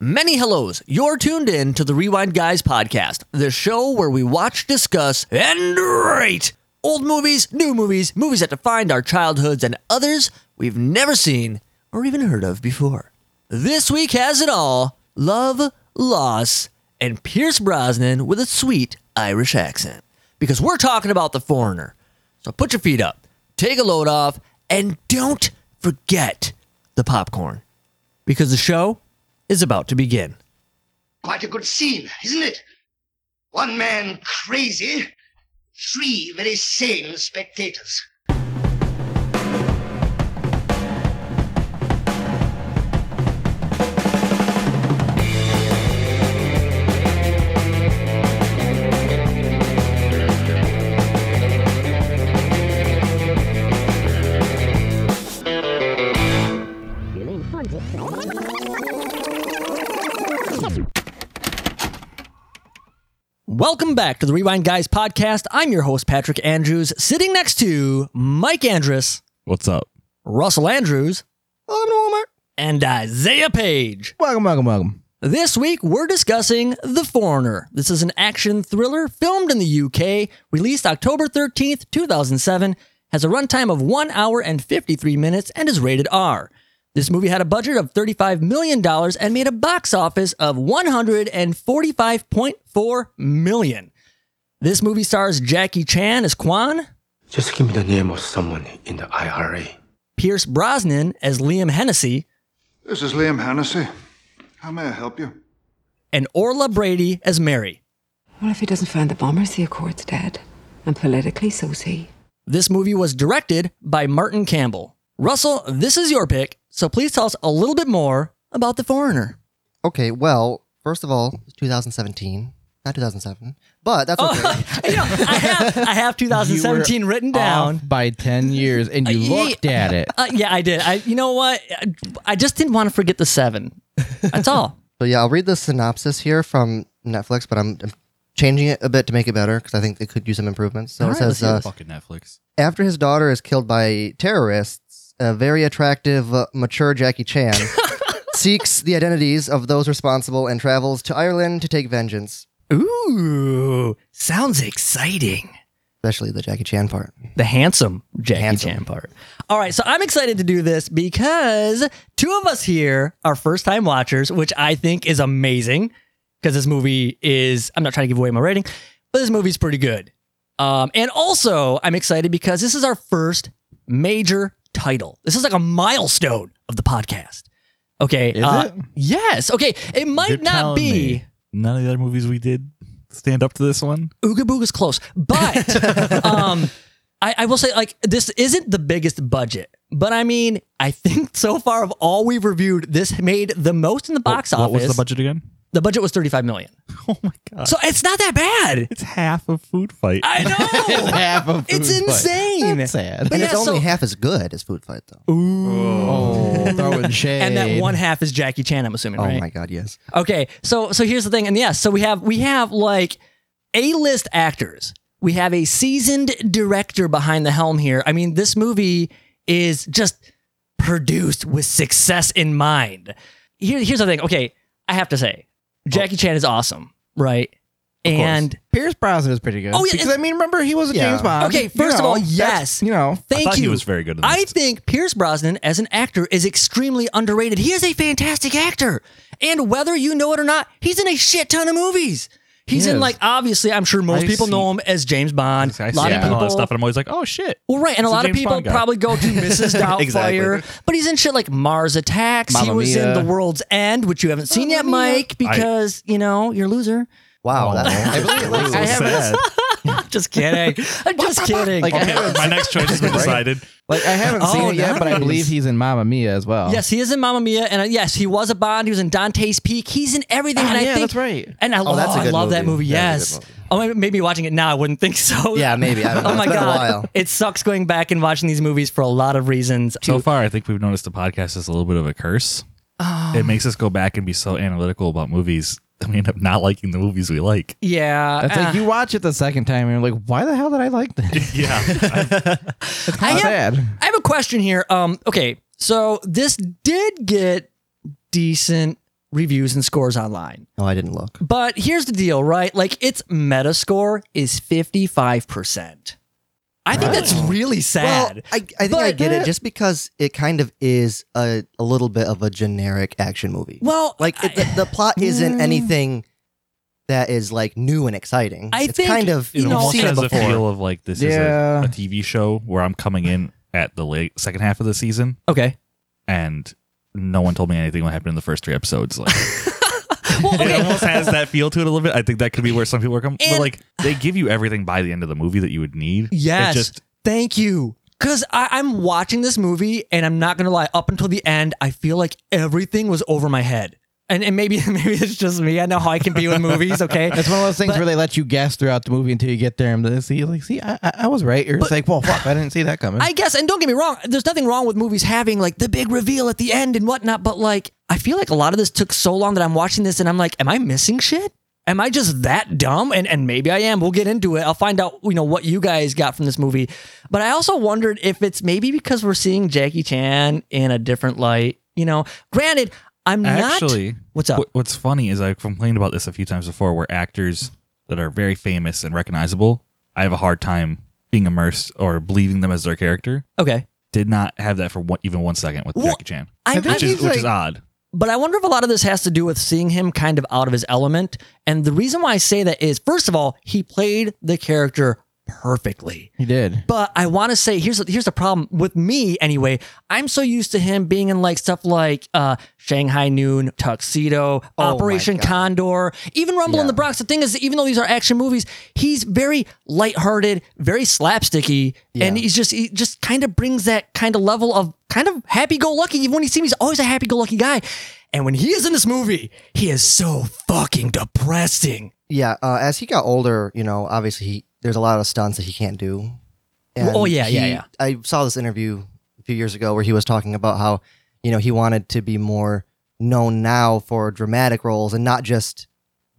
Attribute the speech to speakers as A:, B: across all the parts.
A: Many hellos. You're tuned in to the Rewind Guys podcast, the show where we watch, discuss, and rate old movies, new movies, movies that defined our childhoods, and others we've never seen or even heard of before. This week has it all love, loss, and Pierce Brosnan with a sweet Irish accent. Because we're talking about the foreigner. So put your feet up, take a load off, and don't forget the popcorn because the show is about to begin.
B: Quite a good scene, isn't it? One man crazy, three very sane spectators.
A: Welcome back to the Rewind Guys podcast. I'm your host, Patrick Andrews, sitting next to Mike Andrus,
C: What's up?
A: Russell Andrews, and Isaiah Page.
C: Welcome, welcome, welcome.
A: This week, we're discussing The Foreigner. This is an action thriller filmed in the UK, released October 13th, 2007, has a runtime of 1 hour and 53 minutes, and is rated R. This movie had a budget of $35 million and made a box office of $145.4 million. This movie stars Jackie Chan as Kwan,
D: Just give me the name of someone in the IRA.
A: Pierce Brosnan as Liam Hennessy,
E: This is Liam Hennessy. How may I help you?
A: and Orla Brady as Mary.
F: Well, if he doesn't find the bombers, the Accord's dead. And politically, so's he.
A: This movie was directed by Martin Campbell. Russell, this is your pick, so please tell us a little bit more about The Foreigner.
G: Okay, well, first of all, it's 2017, not 2007, but that's okay.
A: You know, I have, I have 2017 written down.
C: by 10 years and you
A: Uh, yeah.
C: looked at it.
A: Uh, yeah, I did. I, you know what? I, I just didn't want to forget the seven. That's all.
G: so yeah, I'll read the synopsis here from Netflix, but I'm, I'm changing it a bit to make it better because I think they could use some improvements. So
A: All
G: it
A: right, let's
G: says,
A: hear
G: uh,
C: Fucking Netflix.
G: after his daughter is killed by terrorists, a very attractive, uh, mature Jackie Chan seeks the identities of those responsible and travels to Ireland to take vengeance,
A: Ooh, sounds exciting.
G: especially the Jackie Chan part.
A: The handsome Jackie
G: Handsome.
A: Chan part. All right, so I'm excited to do this because two of us here are first time watchers, which I think is amazing because this movie is, I'm not trying to give away my rating, but this movie's pretty good. Um, and also, I'm excited because this is our first major title. This is like a milestone of the podcast. Okay. uh,
C: Is it?
A: Yes. Okay. It might
C: You're
A: not
C: telling
A: be.
C: me None of the other movies we did stand up to this one.
A: Ooga Booga's close, but um, I, I will say like this isn't the biggest budget, but I mean I think so far of all we've reviewed, this made the most in the
G: Oh,
A: box
C: what,
A: office.
C: What was the budget again?
A: The budget was thirty five million,
C: Oh my God.
A: so it's not that bad.
C: it's half of Food Fight.
A: I know
C: half of
A: Ah, it's insane.
C: That's sad.
A: But
G: and it's
A: yeah,
G: only
A: so-
G: half as good as Food Fight, though.
C: Oh, throwing shade.
A: and that one half is Jackie Chan. I'm assuming,
G: oh
A: right?
G: my God, yes.
A: Okay, so so here's the thing, and yes, so we have we have like A list actors. We have a seasoned director behind the helm here. I mean, this movie is just produced with success in mind. Here, here's the thing. Okay, I have to say, Jackie Chan is awesome, right? and
H: Pierce Brosnan is pretty good.
A: Oh, yeah,
H: because
A: it's-
H: I mean, remember he was a
G: Yeah.
H: James
C: Um,
H: Bond.
A: Okay,
H: You
A: first of
H: know,
A: all,
H: that's-
A: yes.
H: you know,
A: thank
C: thought
A: you.
C: he was very good in
A: I
C: this.
A: think Pierce Brosnan as an actor is extremely underrated. He is a fantastic actor, and whether you know it or not, he's in a shit ton of movies. He's
H: He
A: in
H: is.
A: like obviously, I'm sure most
C: I
A: people
C: see-
A: know him as James Bond.
C: I
A: a
C: see
A: lot
C: him
A: of
C: in all
A: people,
C: that stuff, and I'm always like, oh shit.
A: well, right, and a
C: He's a
A: lot of
C: James
A: people
C: Bond guy.
A: probably go to Mrs. Doubtfire,
C: Exactly.
A: but he's in shit like Mars Attacks. he
H: Mamma
A: was
H: Mia.
A: in The World's End, which you haven't seen yet, Mike, because you know you're a loser.
G: Wow,
C: Oh,
G: that-
C: that's so
H: I haven't-
C: sad.
A: just kidding. I'm just kidding.
H: Like, I
C: Okay,
H: haven't-
C: my next choice has been decided.
H: like I haven't seen
A: Oh,
H: it yet, but I
A: nice.
H: believe he's in Mamma Mia as well.
A: Yes, he is in Mamma Mia, and uh, yes, he was a Bond. He was in Dante's Peak. He's in everything.
H: Ah,
A: and I
H: yeah,
A: think,
H: that's right.
A: And I, oh,
G: that's a
A: I
G: good
A: love that movie.
G: movie. That is
A: yes.
G: a good
A: Oh, maybe- maybe watching it now, I wouldn't think so.
G: yeah, maybe. I don't know.
A: Oh my
G: it's been
A: god,
G: a while.
A: it sucks going back and watching these movies for a lot of reasons.
C: So far, I think we've noticed the podcast is a little bit of a curse.
G: Oh.
C: It makes us go back and be so analytical about movies that we end up not liking the movies we like.
A: yeah,
H: That's
A: uh,
H: like you watch it the second time and you're like, why the hell did I like this?
C: Yeah.
A: I
H: Not
A: have,
H: bad.
A: I have a question here. Um, okay, so this did get decent reviews and scores online.
G: Oh, I didn't look.
A: But here's the deal, right? Like its Metascore is 55%. I think that's really sad.
G: Well, I, I think I
A: But-
G: get it just because it kind of is a, a little bit of a generic action movie.
A: Well,
G: like it,
A: I- Mm.
G: the, the plot isn't anything that is like new and exciting.
A: I
G: it's
A: think,
G: kind of
A: you
C: It
A: know,
G: you've
C: almost
G: seen it
C: has a
G: before.
C: feel of like this
H: Yeah.
C: is a, a TV show where I'm coming in at the late second half of the season,
A: okay.
C: and no one told me anything what happened in the first three episodes. Like, it almost has that feel to it a little bit. I think that could be where some people are coming.
A: And-
C: But like, they give you everything by the end of the movie that you would need. It
A: Yes.
C: just
A: Thank you. Because I'm watching this movie, and I'm not going to lie, up until the end, I feel like everything was over my head. And, and maybe maybe it's just me. I know how I can be with movies, okay?
H: It's one of those things
A: But-
H: where they let you guess throughout the movie until you get there and then see, like, see, I, I, I was right. You're just like, well, fuck, I didn't see that coming.
A: I guess, and don't get me wrong, there's nothing wrong with movies having like the big reveal at the end and whatnot, but like I feel like a lot of this took so long that I'm watching this and I'm like, am I missing shit? Am I just that dumb? And and maybe I am. We'll get into it. I'll find out, you know, what you guys got from this movie. But I also wondered if it's maybe because we're seeing Jackie Chan in a different light. You know, granted, I'm
C: actually
A: not what's up?
C: what- what's funny is I've complained about this a few times before, where actors that are very famous and recognizable, I have a hard time being immersed or believing them as their character.
A: Okay.
C: Did not have that for one, even one second with
A: Well,
C: Jackie Chan,
A: I,
H: think
A: I-
C: which is
H: he's
C: which is
H: like-
C: odd.
A: But I wonder if a lot of this has to do with seeing him kind of out of his element. And the reason why I say that is, first of all, he played the character perfectly.
H: he did.
A: But I want to say here's here's the problem with me anyway. I'm so used to him being in like stuff like uh, Shanghai Noon, Tuxedo, Operation Condor, even Rumble in the Bronx. The thing is, even though these are action movies, he's very lighthearted, very slapsticky, and he's just he just kind of brings that kind of level of kind of happy go lucky. Even when you see him, he's always a happy go lucky guy. And when he is in this movie, he is so fucking depressing.
G: Yeah, uh, as he got older, you know, obviously he, there's a lot of stunts that he can't do.
A: Oh, yeah, yeah,
G: he-
A: yeah.
G: I saw this interview a few years ago where he was talking about how you know he wanted to be more known now for dramatic roles and not just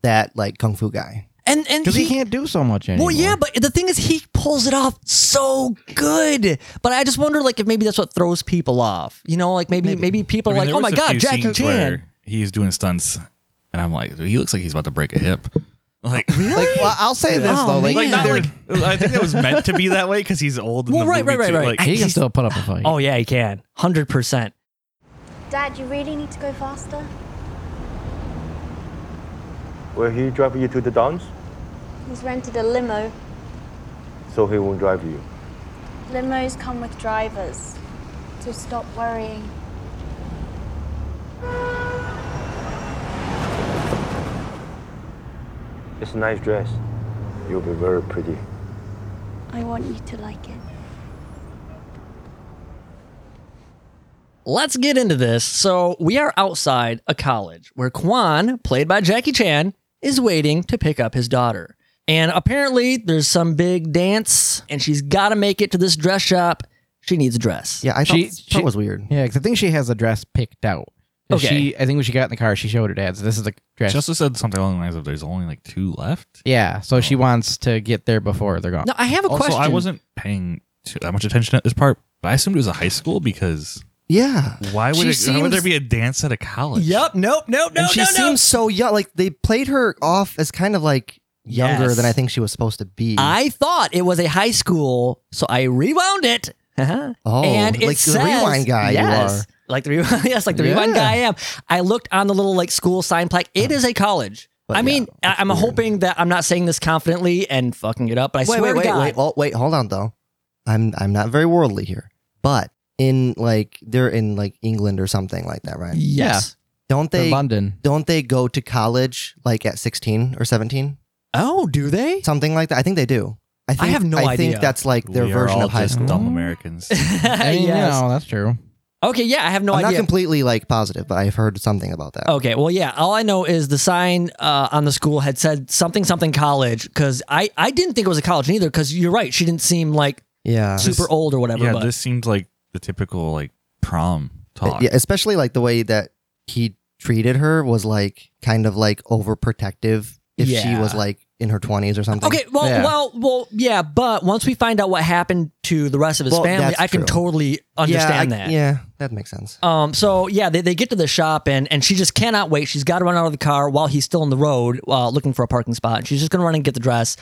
G: that like kung fu guy.
A: And and
H: Because he, can't do so much anymore.
A: Well, yeah, but the thing is, he pulls it off so good. But I just wonder, like, if maybe that's what throws people off. You know, like maybe maybe, people
C: I mean,
A: are like, "Oh
C: there was
A: my
C: a
A: god,
C: few
A: Jackie
C: scenes
A: Chan."
C: where He's doing stunts, and I'm like, he looks like he's about to break a hip. Like,
H: Like, well, I'll say this
A: Oh,
H: though, like,
A: man.
C: like, not
H: there-
C: like I think that was meant to be that way because he's old. in
A: Well,
C: the
A: right,
C: movie
A: right,
C: too.
A: right, right.
C: Like,
H: he can still put up a fight.
A: Oh yeah, he can, hundred percent.
I: Dad, you really need to go faster?
J: Will he drive you to the downs?
I: He's rented a limo.
J: So he won't drive you.
I: Limos come with drivers. So stop worrying.
J: It's a nice dress. You'll be very pretty.
I: I want you to like it.
A: Let's get into this. So we are outside a college where Kwan, played by Jackie Chan, is waiting to pick up his daughter. And apparently, there's some big dance, and she's got to make it to this dress shop. She needs a dress.
G: Yeah, I thought
H: She-
G: that
H: she-
G: was weird.
H: Yeah, because I think she has a dress picked out. 'Cause
A: Okay.
H: She, I think when she got in the car, she showed her dad. So this is the dress.
C: Justice said something along the lines of, "There's only like two left."
H: yeah, so she wants to get there before they're gone.
A: Now I have a
C: Also,
A: question.
C: I wasn't paying too, that much attention at this part, but I assumed it was a high school because
G: Yeah,
C: why would,
G: She
C: it, why
G: seems-
C: would there be a dance at a college?
A: Yep. Nope. Nope. No.
G: and she
A: no.
G: seems
A: no.
G: so young. Like they played her off as kind of like younger
A: Yes.
G: than I think she was supposed to be.
A: I thought it was a high school, so I rewound it. Uh-huh.
G: Oh,
A: and it
G: like the
A: says-
G: rewind guy you
A: Yes,
G: are.
A: like the rewind. Yes, like the rewind
G: Yeah.
A: guy I am. I looked on the little like school sign plaque. It is a college.
G: But
A: I mean,
G: yeah,
A: I- I'm hoping that I'm not saying this confidently and fucking it up. But I
G: wait,
A: swear
G: wait,
A: to
G: wait,
A: God,
G: wait, oh, wait, hold on though. I'm I'm not very worldly here, but in like they're in like England or something like that, right?
A: yes.
G: Don't
H: They're in
G: they?
H: London.
G: Don't they go to college like at 16 or 17,
A: Oh, do they?
G: something like that? I think they do. I, think,
A: have no
G: I
A: idea.
G: think that's like their
C: We are
G: version
C: all
G: of high
C: just
G: school.
C: Dumb Americans.
H: I mean,
A: Yes.
H: you know, that's true.
A: Okay. Yeah, I have no
G: I'm not
A: idea. Oh.
G: completely like positive, but I've heard something about that.
A: Okay, well, yeah. All I know is the sign uh, on the school had said something, something college. Because I, I didn't think it was a college neither. Because you're right, she didn't seem like
G: Yeah.
A: super old or whatever.
C: yeah,
A: but.
C: this seemed like the typical like prom talk.
G: Yeah, especially like the way that he treated her was like kind of like overprotective. If she
A: Yeah.
G: was like in her 20s or something.
A: Okay, well,
H: Yeah.
A: well, well, yeah, but once we find out what happened to the rest of his
G: Well,
A: family,
G: that's
A: I can
G: true.
A: totally understand
G: yeah, I-
A: that.
G: Yeah, that makes sense.
A: Um, so yeah, they, they get to the shop and and she just cannot wait. She's got to run out of the car while he's still on the road, uh, looking for a parking spot. And she's just gonna run and get the dress.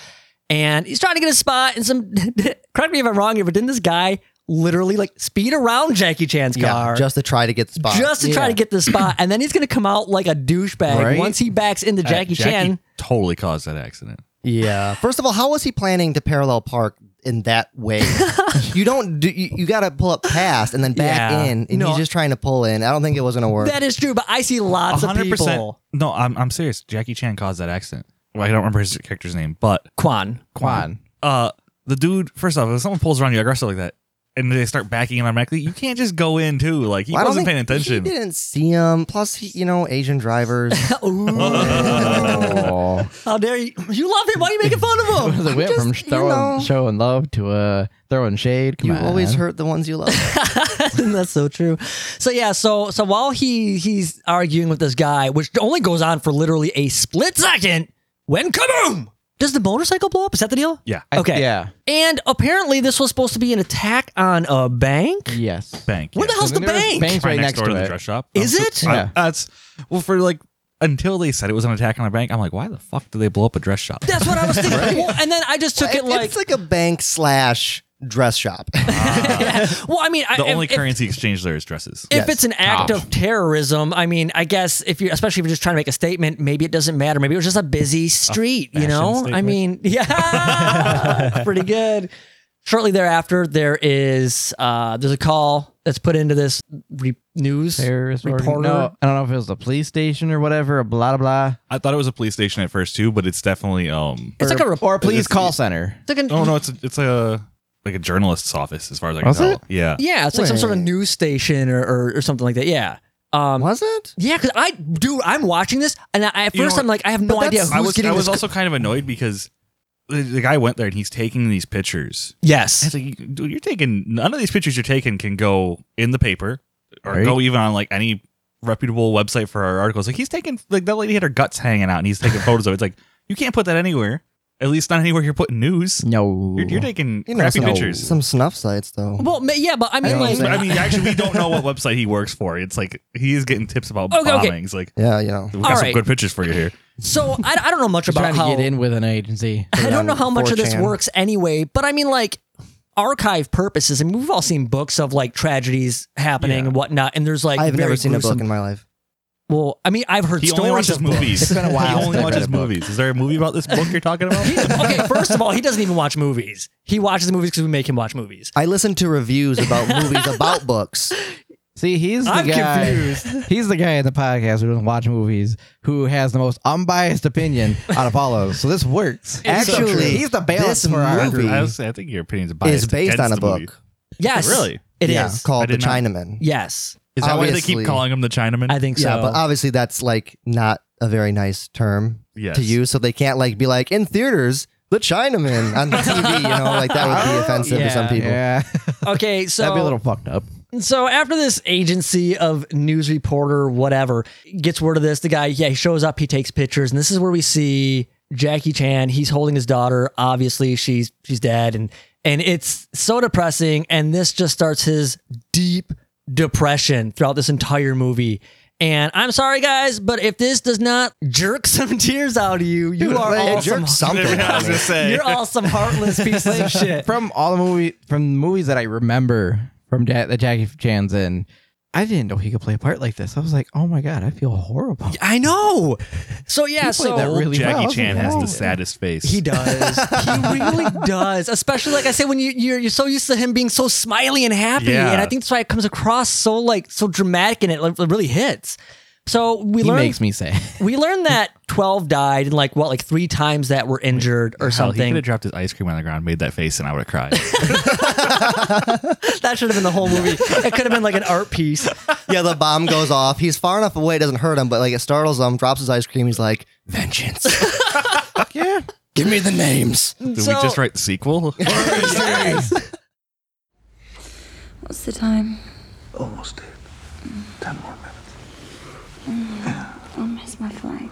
A: And he's trying to get a spot. And some correct me if I'm wrong here, but didn't this guy literally like speed around Jackie Chan's car?
G: yeah, just to try to get the spot.
A: just to try to get the spot, and then he's gonna come out like a douchebag
H: Right?
A: once he backs
G: Uh,
A: into Jackie, Chan.
C: Uh, totally caused that accident.
G: Yeah. First of all, how was he planning to parallel park in that way? you don't do. You, you got to pull up past and then back
A: Yeah.
G: in, and
A: No.
G: he's just trying to pull in. I don't think it was gonna work.
A: That is true, but I see lots of people.
C: No, I'm I'm serious. Jackie Chan caused that accident. Well, I don't remember his character's name, but
A: Quan,
H: Quan.
C: uh, the dude. First off, if someone pulls around you aggressive like that, and they start backing in automatically, you can't just go in too. Like he
G: Well, I don't
C: wasn't paying
G: think-
C: attention.
G: He didn't see him. Plus, he, you know, Asian drivers.
H: Oh.
A: how dare you? You love him. Why are you making fun of him?
H: it went from
G: Just, you
H: throwing,
G: know.
H: showing love to uh, throwing shade. Come
G: you
H: on.
G: always hurt the ones you love.
A: That's so true. So yeah, so so while he he's arguing with this guy, which only goes on for literally a split second, when kaboom! Does the motorcycle blow up? Is that the deal?
C: yeah,
H: I-
A: Okay.
H: Yeah.
A: And apparently this was supposed to be an attack on a bank.
H: Yes.
C: bank.
A: Where the
C: yeah.
A: hell's the
H: There was
A: bank?
H: Banks right, next,
C: door
H: to
C: the
H: it.
C: dress shop.
A: Is
C: Um,
A: it?
C: I-
H: Yeah.
C: that's well for like until they said it was an attack on a bank. I'm like, why the fuck do they blow up a dress shop?
A: That's what I was thinking. Well, and then I just took it
G: It-
A: like,
G: it's like a bank slash dress shop.
H: Uh,
A: well, I mean, I,
C: the
A: if-
C: only
A: if,
C: currency exchange there is dresses.
A: if it's an act of terrorism, I mean, I guess if you, especially if you're just trying to make a statement, maybe it doesn't matter. Maybe it was just a busy street, you
C: fashion
A: know? I
C: statement.
A: mean, yeah, pretty good. Shortly thereafter, there is uh, there's a call that's put into this re- news
H: Terrorist organ-
A: reporter.
H: No, I don't know if it was the police station or whatever. Blah blah blah.
C: I thought it was a police station at first too, but it's definitely um.
A: It's like a report.
H: Or a police call center.
A: It's like a,
C: Oh no, it's a, it's a like a journalist's office as far as I can
H: Was
C: tell.
H: it?
C: Yeah.
A: yeah, it's like some sort of
G: Wait.
A: news station or, or, or something like that. Yeah. Um,
G: was it?
A: Yeah, because I, dude, I'm watching this, and I, at
C: You know
A: first
C: what?
A: I'm like, I have no
G: But
A: idea
G: that's-
A: who's
C: I was
A: getting
C: I was
A: this.
C: also kind of annoyed because the, the guy went there and he's taking these pictures. I
A: yes,
C: was like, dude, you're taking none of these pictures you're taking can go in the paper or
H: Right.
C: go even on like any reputable website for our articles. Like he's taking like that lady had her guts hanging out and he's taking photos of it. It's like you can't put that anywhere. At least not anywhere you're putting news.
H: No.
C: You're, you're taking
G: You know,
C: crappy
G: some,
C: pictures.
G: some snuff sites though.
A: well, ma- yeah, but I mean,
G: know what I'm
A: like,
G: saying.
C: I mean, actually, we don't know what website he works for. It's like he is getting tips about
A: Okay, okay.
C: bombings. Like
G: yeah, you know.
C: we got
A: All
C: some
A: right.
C: good pictures for you here.
A: so I, I don't know much about
H: trying
A: how
H: to get in with an agency.
A: I don't know how much of this
G: 4chan.
A: works anyway, but I mean, like, archive purposes. I mean, we've all seen books of like tragedies happening
C: Yeah.
A: and whatnot, and there's like
G: I've never
A: very
G: seen a book
A: gruesome-
G: in my life.
A: well, I mean, I've heard
C: He
A: stories
C: only watches
A: of books.
C: movies.
H: It's been a while
C: He
H: since
C: only
H: I've
C: watches
H: read a book.
C: movies. Is there a movie about this book you're talking about?
A: okay, first of all, he doesn't even watch movies. He watches the movies because we make him watch movies.
G: I listened to reviews about movies about books.
H: See, he's the
A: I'm
H: guy.
A: confused.
H: He's the guy at the podcast who doesn't watch movies, who has the most unbiased opinion out of all of us. So this works.
G: so true.
H: he's the
G: This
H: balance for our
G: movie-
C: I, was, I think your opinion's biased.
G: Is based on
C: against
G: a
C: the
G: book.
C: movie.
A: Yes,
C: Really?
A: it is.
G: yeah, called
C: I
G: The
C: did not-
G: Chinaman.
A: yes,
C: Is that why they
G: Obviously.
C: keep calling him the Chinaman?
A: I think so.
G: Yeah, but obviously that's like not a very nice term
C: Yes.
G: to use. So they can't like be like in theaters, the Chinaman on TV. You know, like that would be offensive to some
A: Yeah.
G: people.
H: Yeah,
A: okay, so
H: that'd be a little fucked up.
A: So after this agency of news reporter, whatever, gets word of this, the guy, yeah, he shows up, he takes pictures, and this is where we see Jackie Chan. He's holding his daughter. Obviously, she's she's dead, and and it's so depressing. And this just starts his deep depression throughout this entire movie. And I'm sorry, guys, but if this does not jerk some tears out of you, you are
G: Like,
A: all
G: it jerks
A: some,
G: something.
C: I was gonna say.
A: you're all some heartless pieces of shit.
H: From all the movie, from the movies that I remember from ja- that Jackie Chan's in, I didn't know he could play a part like this. I was like, oh my god, I feel horrible.
A: I know. So yeah,
H: He played
A: so
H: that
C: Old
H: really
C: Jackie
H: well.
C: Chan has
H: Yeah.
C: the saddest face.
A: He does. he really does. Especially like I say, when you you're, you're so used to him being so smiley and happy,
C: Yeah.
A: and I think that's why it comes across so like so dramatic, and it, like, it really hits. So we
H: He
A: learned
H: makes me sad.
A: we learned that twelve died, and like what like three times that were injured or
C: Hell, He could
A: something.
C: have dropped his ice cream on the ground, made that face, and I would have cried.
A: that should have been the whole movie. it could have been like an art piece.
G: Yeah, the bomb goes off. He's far enough away, it doesn't hurt him, but like it startles him. Drops his ice cream. He's like, vengeance.
H: yeah.
G: Give me the names.
C: Did
A: So-
C: we just write the sequel?
I: What's the time?
E: Almost did. Ten more minutes.
I: I'll miss my flight.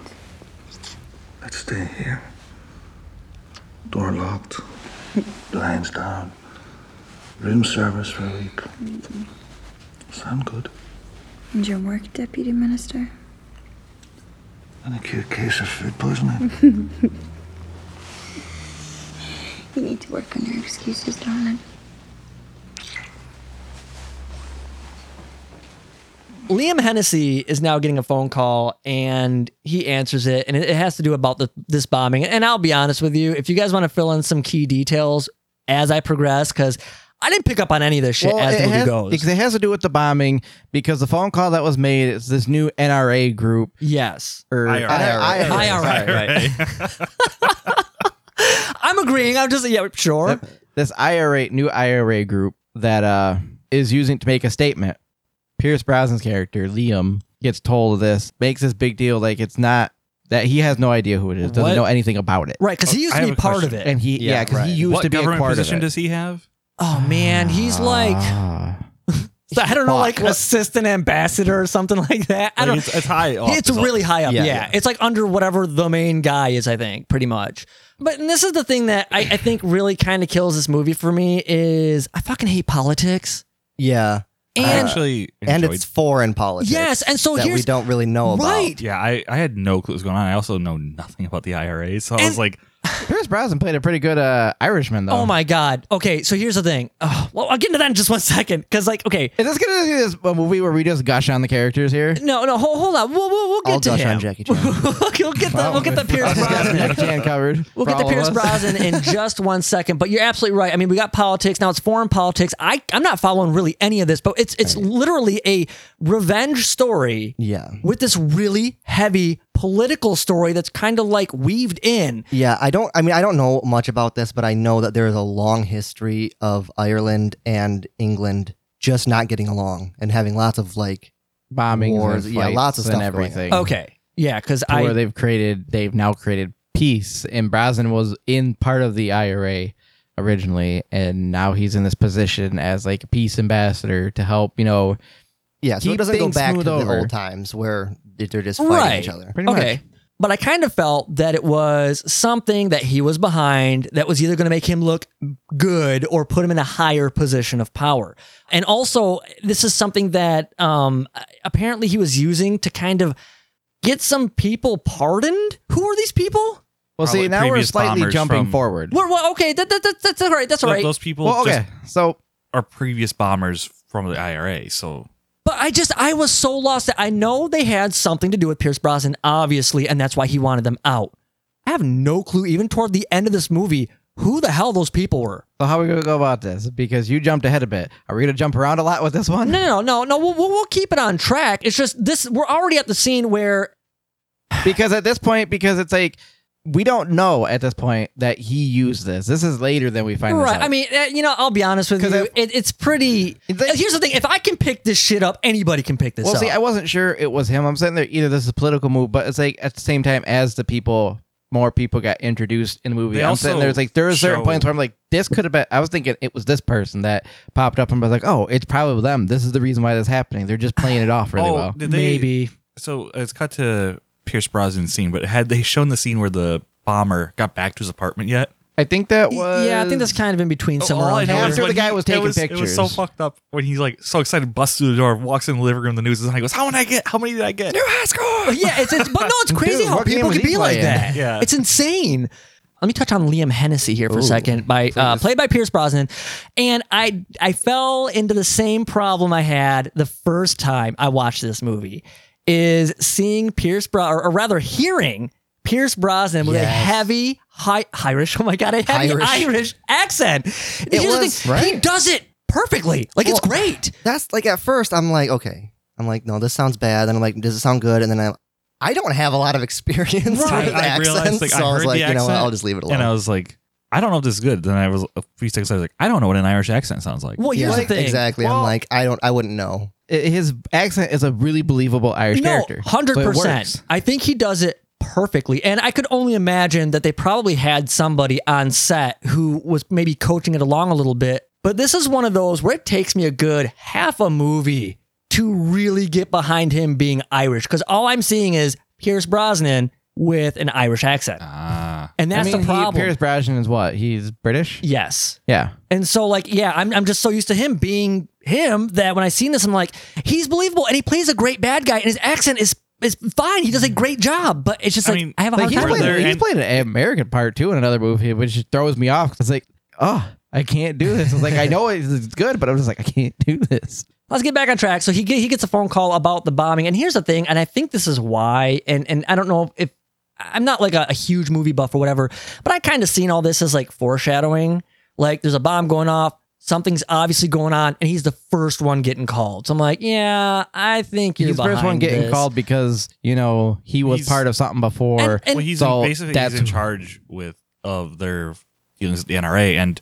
E: Let's stay here.
K: Door locked. Blinds down. Room service for a week. Sound good.
L: And your work, Deputy Minister?
K: An acute case of food poisoning.
L: you need to work on your excuses, darling.
A: Liam Hennessy is now getting a phone call and he answers it and it it has to do about the, this bombing. And I'll be honest with you, if you guys want to fill in some key details as I progress, because I didn't pick up on any of this shit as the
H: it
A: movie
H: has-
A: goes.
H: Because it has to do with the bombing, because the phone call that was made is this new NRA group.
A: Yes.
H: Or
A: IRA.
H: IRA.
A: IRA. I'm agreeing. I'm just yeah, sure.
H: This IRA new IRA group that uh is using to make a statement. Pierce Brosnan's character, Liam, gets told of this, makes this big deal like it's not that he has no idea who it is, doesn't
A: What?
H: know anything about it.
A: Right, 'cause he used to
H: I
A: be
H: have a
A: part of it.
H: And he yeah,
A: Yeah,
H: because he
A: right.
H: used
C: What
H: to be a
C: government
H: part
C: position
H: of it.
C: does he have?
A: Oh man, he's like I don't know, like assistant ambassador or something like that. I
C: Like,
A: don't.
C: it's- it's high up,
A: It's
C: is all.
A: really high up.
C: Yeah,
A: Yeah,
C: yeah.
A: it's like under whatever the main guy is. I think pretty much. But and this is the thing that I, I think really kind of kills this movie for me is I fucking hate politics.
G: Yeah.
A: And- I
C: actually
G: and
C: enjoyed-
G: it's foreign politics.
A: Yes, and so
G: that we
A: here's-
G: don't really know about.
A: Right.
C: Yeah, I, I had no clue what was going on. I also know nothing about the IRA, so I was like,
H: Pierce Brosnan played a pretty good uh, Irishman though.
A: Oh my god. Okay, so here's the thing. Oh, well, I'll get into that in just one second because like okay,
H: Is this gonna be this a movie where we just gush on the characters here?
A: no, no, hold, hold on. We'll, we'll, we'll get
G: I'll
A: to
G: gush
A: him.
G: on Jackie Chan.
A: we'll get the we'll get the Pierce Brosnan.
H: Jackie Chan covered.
A: We'll
H: for
A: get the
H: all of
A: Pierce
H: us.
A: Brosnan in just one second, but you're absolutely right. I mean, we got politics now; it's foreign politics. I I'm not following really any of this, but it's it's literally a revenge story.
G: Yeah.
A: with this really heavy political story that's kind of like weaved in.
G: Yeah, I don't. I mean, I don't know much about this, but I know that there is a long history of Ireland and England just not getting along and having lots of like
H: bombings,
G: wars.
H: and
G: yeah,
H: fights
G: lots of
H: and
G: stuff. going on.
H: everything.
A: Okay, yeah, because
H: to where
A: I
H: they've created, they've now created peace, and Brosnan was in part of the IRA originally, and now he's in this position as like a peace ambassador to help, you know,
G: Yeah, so
H: Keep
G: it doesn't go
H: things
G: back to
H: smooth
G: the
H: over.
G: old times where they're just fighting
A: right.
G: each other.
H: Pretty much.
A: okay. But I kind of felt that it was something that he was behind that was either going to make him look good or put him in a higher position of power. And also, this is something that um, apparently he was using to kind of get some people pardoned. Who are these people?
H: Well, see,
C: Probably
H: now we're
C: previous
H: slightly
C: bombers
H: jumping
C: from-
H: forward.
A: Well, well, okay, that, that, that, that's all right. That's all
C: "Look,
A: right.
C: those people
H: Well, okay,
C: just
H: so
C: are previous bombers from the IRA. So
A: But I just, I was so lost that I know they had something to do with Pierce Brosnan, obviously, and that's why he wanted them out. I have no clue, even toward the end of this movie, who the hell those people were.
H: so how are we gonna go about this? Because you jumped ahead a bit. Are we gonna jump around a lot with this one?
A: No, no, no, no. We'll, we'll, we'll keep it on track. It's just this. We're already at the scene where
H: because at this point, because it's like we don't know at this point that he used this. This is later than we find. this
A: right.
H: out.
A: I mean, eh, you know, I'll be honest with
H: 'Cause
A: you.
H: if-
A: it, it's pretty. uh,
H: They-
A: here's the thing: if I can pick this shit up, anybody can pick this
H: Well,
A: up.
H: see, I wasn't sure it was him. I'm saying that either this is a political move, but it's like at the same time as the people, more people got introduced in the movie.
C: They
H: I'm sitting
C: also
H: there, it's like there are certain
C: show-
H: points where I'm like, this could have been. I was thinking it was this person that popped up, and I was like, oh, it's probably them. This is the reason why this is happening. They're just playing it off really
C: Oh,
H: well.
C: did they- so it's cut to Pierce Brosnan's scene, but had they shown the scene where the bomber got back to his apartment yet?
H: I think that was.
A: yeah, I think that's kind of in between somewhere.
C: Oh, All I
A: around
C: know
A: there.
C: is
H: After
C: when
H: the guy
C: he-
H: was
C: it
H: taking
C: It was so
H: pictures.
C: fucked up when he's like so excited, busts through the door, walks in the living room, the news is on. He goes, "How many I get? How many did I get?"
A: yeah, it's, it's but no, it's crazy
H: Dude,
A: how
H: what game
A: people
H: was
A: can
H: he
A: be like
H: playing?
A: that.
C: Yeah.
A: It's insane. Let me touch on Liam Hennessy here for a second, by uh, played by Pierce Brosnan, and I I fell into the same problem I had the first time I watched this movie, is seeing Pierce Bro or, or rather hearing Pierce Brosnan with a
G: Yes.
A: heavy high, Irish oh my god a heavy
G: Irish.
A: Irish, accent. Here's the
G: was,
A: thing, He
G: right?
A: does it perfectly, like it's
G: Well,
A: great.
G: That's like at first I'm like, okay, I'm like, no, this sounds bad. Then I'm like, does it sound good? And then I, I don't have a lot of experience with
C: I-
G: accents,
C: I realized, like,
G: so
C: I
G: I was
C: heard
G: like,
C: the
G: you know, what,
C: accent,
G: I'll just leave it alone.
C: And I was like, I don't know if this is good. Then I was a few seconds later, I was like, I don't know what an Irish accent sounds like.
A: Well, here's
G: Yeah,
A: the thing,
G: exactly. I'm
H: Well-
G: like, I don't, I wouldn't know.
H: I- His accent is a really believable Irish character. So it
A: Hundred percent.
H: works.
A: I think he does it perfectly, and I could only imagine that they probably had somebody on set who was maybe coaching it along a little bit. But this is one of those where it takes me a good half a movie to really get behind him being Irish, because all I'm seeing is Pierce Brosnan with an Irish accent. And that's
H: Ah. I mean,
A: the
H: he-
A: problem.
H: Pierce Brosnan is what? He's British?
A: Yes.
H: Yeah.
A: And so, like, yeah, I'm, I'm just so used to him being him that when I seen this, I'm like, he's believable, and he plays a great bad guy, and his accent is is fine. He does a great job, but it's just like I, have a hard
H: Like, he's,
A: time.
H: played,
A: with it.
H: he's played an American part too in another movie, which just throws me off. 'cause It's like, oh, I can't do this. It's like I know it's it's good, but I'm just like I can't do this.
A: Let's get back on track. So he get, he gets a phone call about the bombing, and here's the thing, and I think this is why, and and I don't know if I'm not like a, a huge movie buff or whatever, but I kind of seen all this as like foreshadowing. Like there's a bomb going off, something's obviously going on, and he's the first one getting called. So I'm like, yeah, I think you're
H: He's the first one
A: behind
H: getting
A: this.
H: called because you know he was
C: He's-
H: part of something before.
C: well, he's
H: so
C: basically
H: that's
C: he's in charge with of their dealings with the NRA, and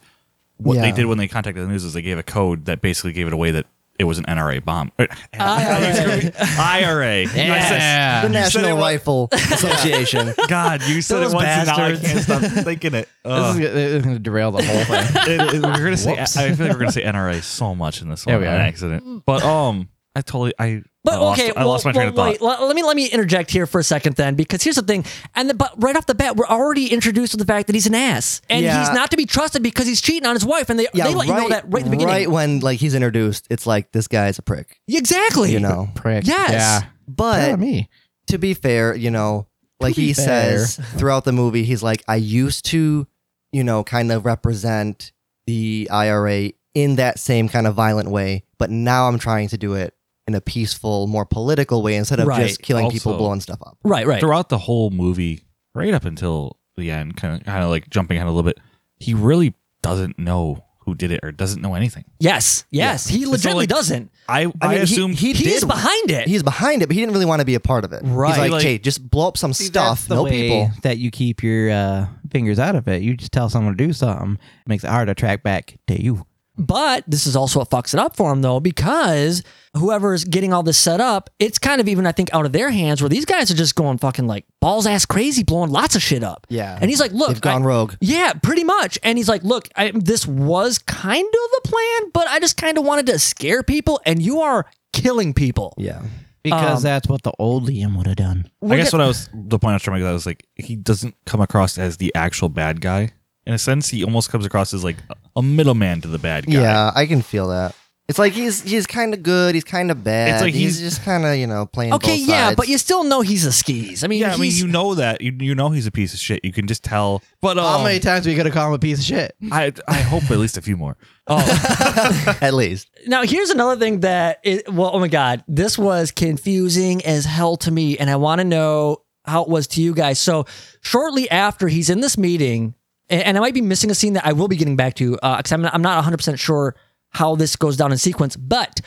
C: what
H: Yeah.
C: they did when they contacted the news is they gave a code that basically gave it away that it was an NRA bomb. IRA.
G: Yes. The National Rifle Association.
C: God, you said
G: Those
C: it once and now I can't
G: bastards.
C: stop thinking it.
H: This
C: Ugh.
H: is, this is going to derail the whole thing.
C: It- it- we're gonna say I
H: Whoops.
C: feel like we're gonna say NRA so much in this
H: Yeah,
C: one
H: we
C: by
H: are.
C: accident. But um I totally I,
A: But
C: I lost,
A: okay,
C: I lost
A: well,
C: my train
A: well,
C: of
A: wait,
C: thought.
A: let, let me let me interject here for a second then, because here's the thing, and the, but right off the bat, we're already introduced to the fact that he's an ass, and
G: Yeah.
A: he's not to be trusted because he's cheating on his wife, and they, they let you know that right at the beginning.
G: Right when like he's introduced, it's like this guy's a prick.
A: Exactly.
G: You know,
H: prick.
A: Yes. Yeah.
G: But
H: Tell me.
G: to be fair, you know, like
H: be
G: he
H: fair.
G: says throughout the movie, he's like, I used to, you know, kind of represent the IRA in that same kind of violent way, but now I'm trying to do it in a peaceful, more political way instead of
C: Right.
G: just killing people,
C: Also-
G: blowing stuff up.
A: Right, right.
C: Throughout the whole movie, right up until the end, kind of kind of like jumping ahead a little bit, he really doesn't know who did it or doesn't know anything.
A: Yes, yes, he
C: So,
A: legitimately
C: like,
A: doesn't.
C: I I,
G: mean,
C: assume
A: he's behind it.
G: He's behind it, but he didn't really want to be a part of it.
A: Right.
G: He's like,
A: Like-
G: hey, just blow up some stuff, no people.
H: that you keep your uh, fingers out of it. You just tell someone to do something, makes it hard to track back to you.
A: But this is also what fucks it up for him though, because whoever's getting all this set up, it's kind of even I think out of their hands where these guys are just going fucking like balls ass crazy, blowing lots of shit up.
G: Yeah.
A: and he's like, look,
G: They've gone
A: I-
G: rogue.
A: Yeah, pretty much. And he's like, look, I, this was kind of the plan, but I just kind of wanted to scare people, and you are killing people.
G: Yeah.
H: Because
A: Um,
H: that's what the old Liam would have done.
A: We're
C: I guess
A: get-
C: what I was the point I was trying to make that was like he doesn't come across as the actual bad guy. In a sense, he almost comes across as like a middleman to the bad guy.
G: Yeah, I can feel that. It's like he's he's kind of good, he's kind of bad.
C: It's like
G: he's,
C: he's-
G: just kind of you know playing.
A: Okay,
G: both
A: yeah,
G: sides.
A: but you still know he's a skis. I mean,
C: Yeah, I mean,
A: he's-
C: you know that you, you know he's a piece of shit. You can just tell. But um,
H: How many times are we gonna call him a piece of shit?
C: I I hope at least a few more. Oh,
G: at least
A: Now, here's another thing that, it, well, oh my God, this was confusing as hell to me. And I want to know how it was to you guys. So, shortly after he's in this meeting, and, and I might be missing a scene that I will be getting back to because I'm, I'm not 100% sure how this goes down in sequence, but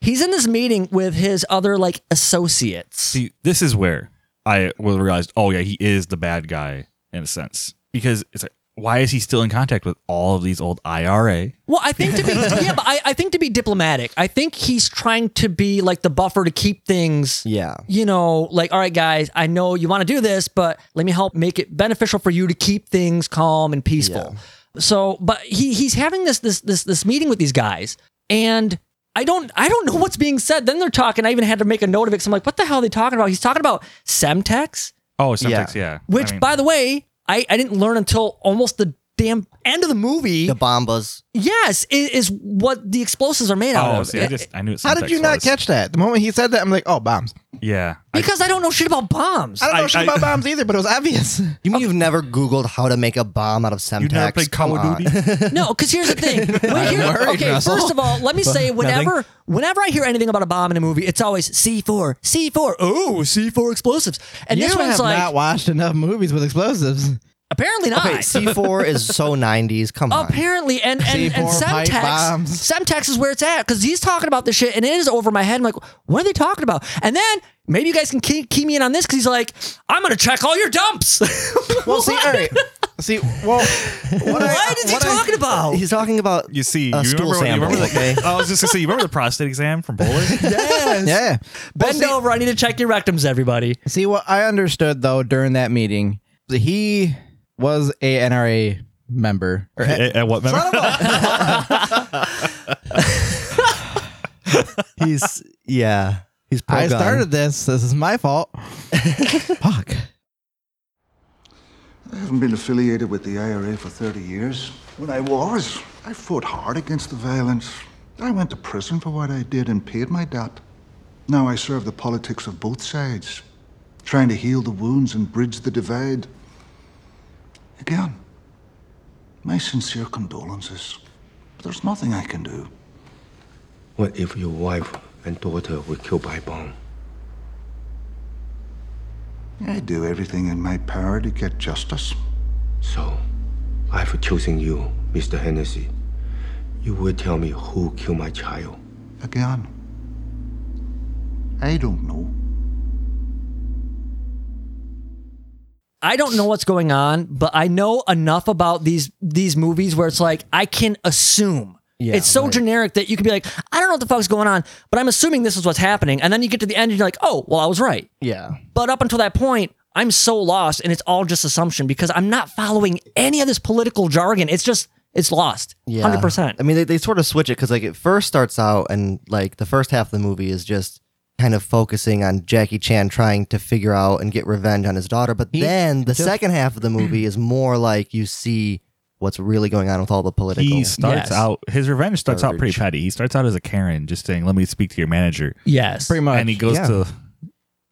A: he's in this meeting with his other like associates.
C: See, this is where I will realize, oh yeah, he is the bad guy in a sense because it's like, why is he still in contact with all of these old IRA?
A: Well, I think to be, yeah, but I, I think to be diplomatic, I think he's trying to be like the buffer to keep things
G: yeah.
A: you know, like, all right, guys, I know you want to do this, but let me help make it beneficial for you to keep things calm and peaceful. So, but he he's having this this this this meeting with these guys, and I don't I don't know what's being said. Then they're talking. I even had to make a note of it. Cause I'm like, what the hell are they talking about? He's talking about Semtex,
C: Oh, Semtex, yeah. yeah.
A: which,
C: I mean,
A: by the way, I I didn't learn until almost the damn end of the movie.
G: The bombas.
A: yes, it is what the eh, explosives are made out
C: oh,
A: of.
C: see, I just I knew. It
H: How did you not catch that? The moment he said that, I'm like, oh, bombs.
C: Yeah, I-
A: because I don't know shit about bombs.
H: I don't know
C: I-
H: shit
C: I-
H: about bombs either, but it was obvious.
G: You mean you've never Googled how to make a bomb out of Semtex?
C: you never played Call
G: Come
C: of
G: on.
C: Duty.
A: No, because here's the thing. When I hear-
H: worried,
A: okay,
H: Russell.
A: first of all, let me say whenever whenever I hear anything about a bomb in a movie, it's always C4, C4, oh, C4 explosives. And
H: you
A: this
H: have
A: one's like,
H: not watched enough movies with explosives.
A: apparently not.
G: Okay, C4 is so 90s. Come
H: Oh,
G: on.
A: Apparently, and and, and
H: C4 pipe
A: Semtex,
H: bombs.
A: Semtex is where it's at because he's talking about this shit and it is over my head. I'm like, what are they talking about? And then maybe you guys can key, key me in on this because he's like, I'm gonna check all your dumps.
H: Well, see, all right. See, well, what, I-
A: what is he
H: what I- Oh,
A: talking about?
G: He's talking about
C: You see,
G: a
C: you
G: stool
C: remember, you
G: sample.
C: remember the,
G: okay,
C: I was just gonna say, you remember the prostate exam from Bowler?
A: Yes.
H: Yeah. Well,
A: Bend
H: see-
A: over. I need to check your rectums, everybody.
H: See what I understood though during that meeting, that he was a NRA member. Or-
C: at, at what member?
G: he's yeah. He's pro
H: I started this. This is my fault. Fuck.
E: I haven't been affiliated with the IRA for 30 years. When I was, I fought hard against the violence. I went to prison for what I did and paid my debt. Now I serve the politics of both sides, trying to heal the wounds and bridge the divide. Again, my sincere condolences. But there's nothing I can do.
D: What if your wife and daughter were killed by bomb?
E: I do everything in my power to get justice.
D: So, I've chosen you, Mr. Hennessy. You will tell me who killed my child.
E: Again, I don't know.
A: I don't know what's going on, but I know enough about these these movies where it's like I can assume.
G: Yeah,
A: it's so
G: right.
A: generic that you can be like, I don't know what the fuck's going on, but I'm assuming this is what's happening. And then you get to the end and you're like, oh, well, I was right.
G: Yeah.
A: But up until that point, I'm so lost and it's all just assumption because I'm not following any of this political jargon. It's just, it's lost.
G: Yeah.
A: 100%.
G: I mean, they, they sort of switch it because, like, it first starts out and, like, the first half of the movie is just kind of focusing on Jackie Chan trying to figure out and get revenge on his daughter. But then the second half of the movie is more like you see what's really going on with all the political.
C: He starts out his revenge starts out pretty petty. He starts out as a Karen, just saying, "Let me speak to your manager."
A: Yes.
H: Pretty much.
C: and he goes
H: Yeah.
C: to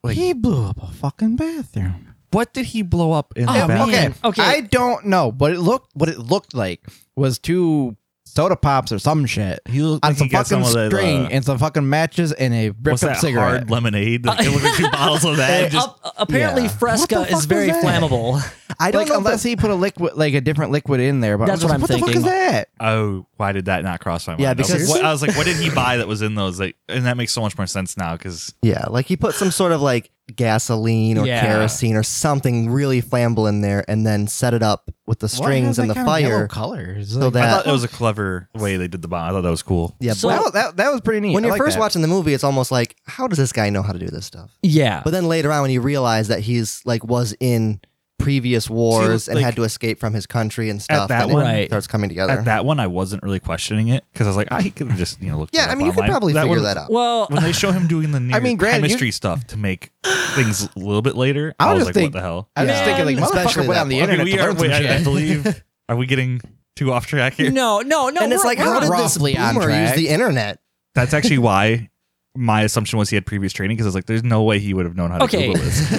C: like
H: he blew up a fucking bathroom.
C: What did he blow up
G: Oh,
C: in the bathroom?
H: okay,
A: Oh, okay.
H: I don't know, but it looked what it looked like was two soda pops or some shit
C: He looked
H: on
C: like he
H: some
C: got
H: fucking
C: some of that,
H: string
C: uh,
H: and some fucking matches and a brick
C: What's
H: up
C: that
H: cigarette.
C: hard lemonade? Like, it looked like two bottles of that. and just-
A: Uh, Ap- apparently,
H: yeah.
A: Fresca
H: What the
A: is
H: fuck
A: very
H: was that?
A: flammable.
G: I don't
H: like,
G: know.
H: unless he put a liquid, like a different liquid in there. But
A: That's
H: I was
A: what I'm
H: just like, what
A: thinking.
H: the fuck is that?
C: oh, why did that not cross my mind?
G: Yeah,
C: I was like,
G: because-
C: what- I was like, what did he buy that was in those? Like, and that makes so much more sense now because
G: Yeah, like he put some sort of like gasoline or
A: Yeah.
G: kerosene or something really flammable in there, and then set it up with the strings and the fire.
H: colors.
G: So
C: I
G: that
C: thought it was a clever way they did the bomb. I thought that was cool.
G: yeah,
A: So-
G: but
H: that, that, that was pretty neat.
G: when
H: I
G: you're
H: like
G: first
H: that.
G: watching the movie, it's almost like, how does this guy know how to do this stuff?
A: yeah.
G: But then later on, when you realize that he's like was in previous wars and
C: like,
G: had to escape from his country and stuff,
C: that
G: then it
C: one-
A: Right.
G: starts coming together.
C: At that one, I wasn't really questioning it because I was like, I could have just you know looked. it
G: yeah, I
C: up
G: mean, you could
C: online.
G: probably figure
C: one-
G: that out.
A: well,
C: when they show him doing the near
H: I mean, granted, you-
C: chemistry stuff to make things a little bit later,
H: I
C: I,
H: would
C: was
H: just
C: like,
H: think-
C: what the hell?
H: I was
A: Yeah.
H: thinking like
G: Especially
H: motherfucker
G: that
H: went on the
G: one.
H: internet
C: we
H: to
C: are.
H: learn some
C: Wait, I, I
H: shit.
C: believe. Are we getting too off track here?
A: no, no, no.
G: and it's
A: we're-
G: like,
A: we're
G: how
A: on
G: did this
H: roughly on
G: boomer use
H: track.
G: the internet?
C: That's actually why my assumption was he had previous training because I was like, there's no way he would have known how to
A: Okay.
C: Google this.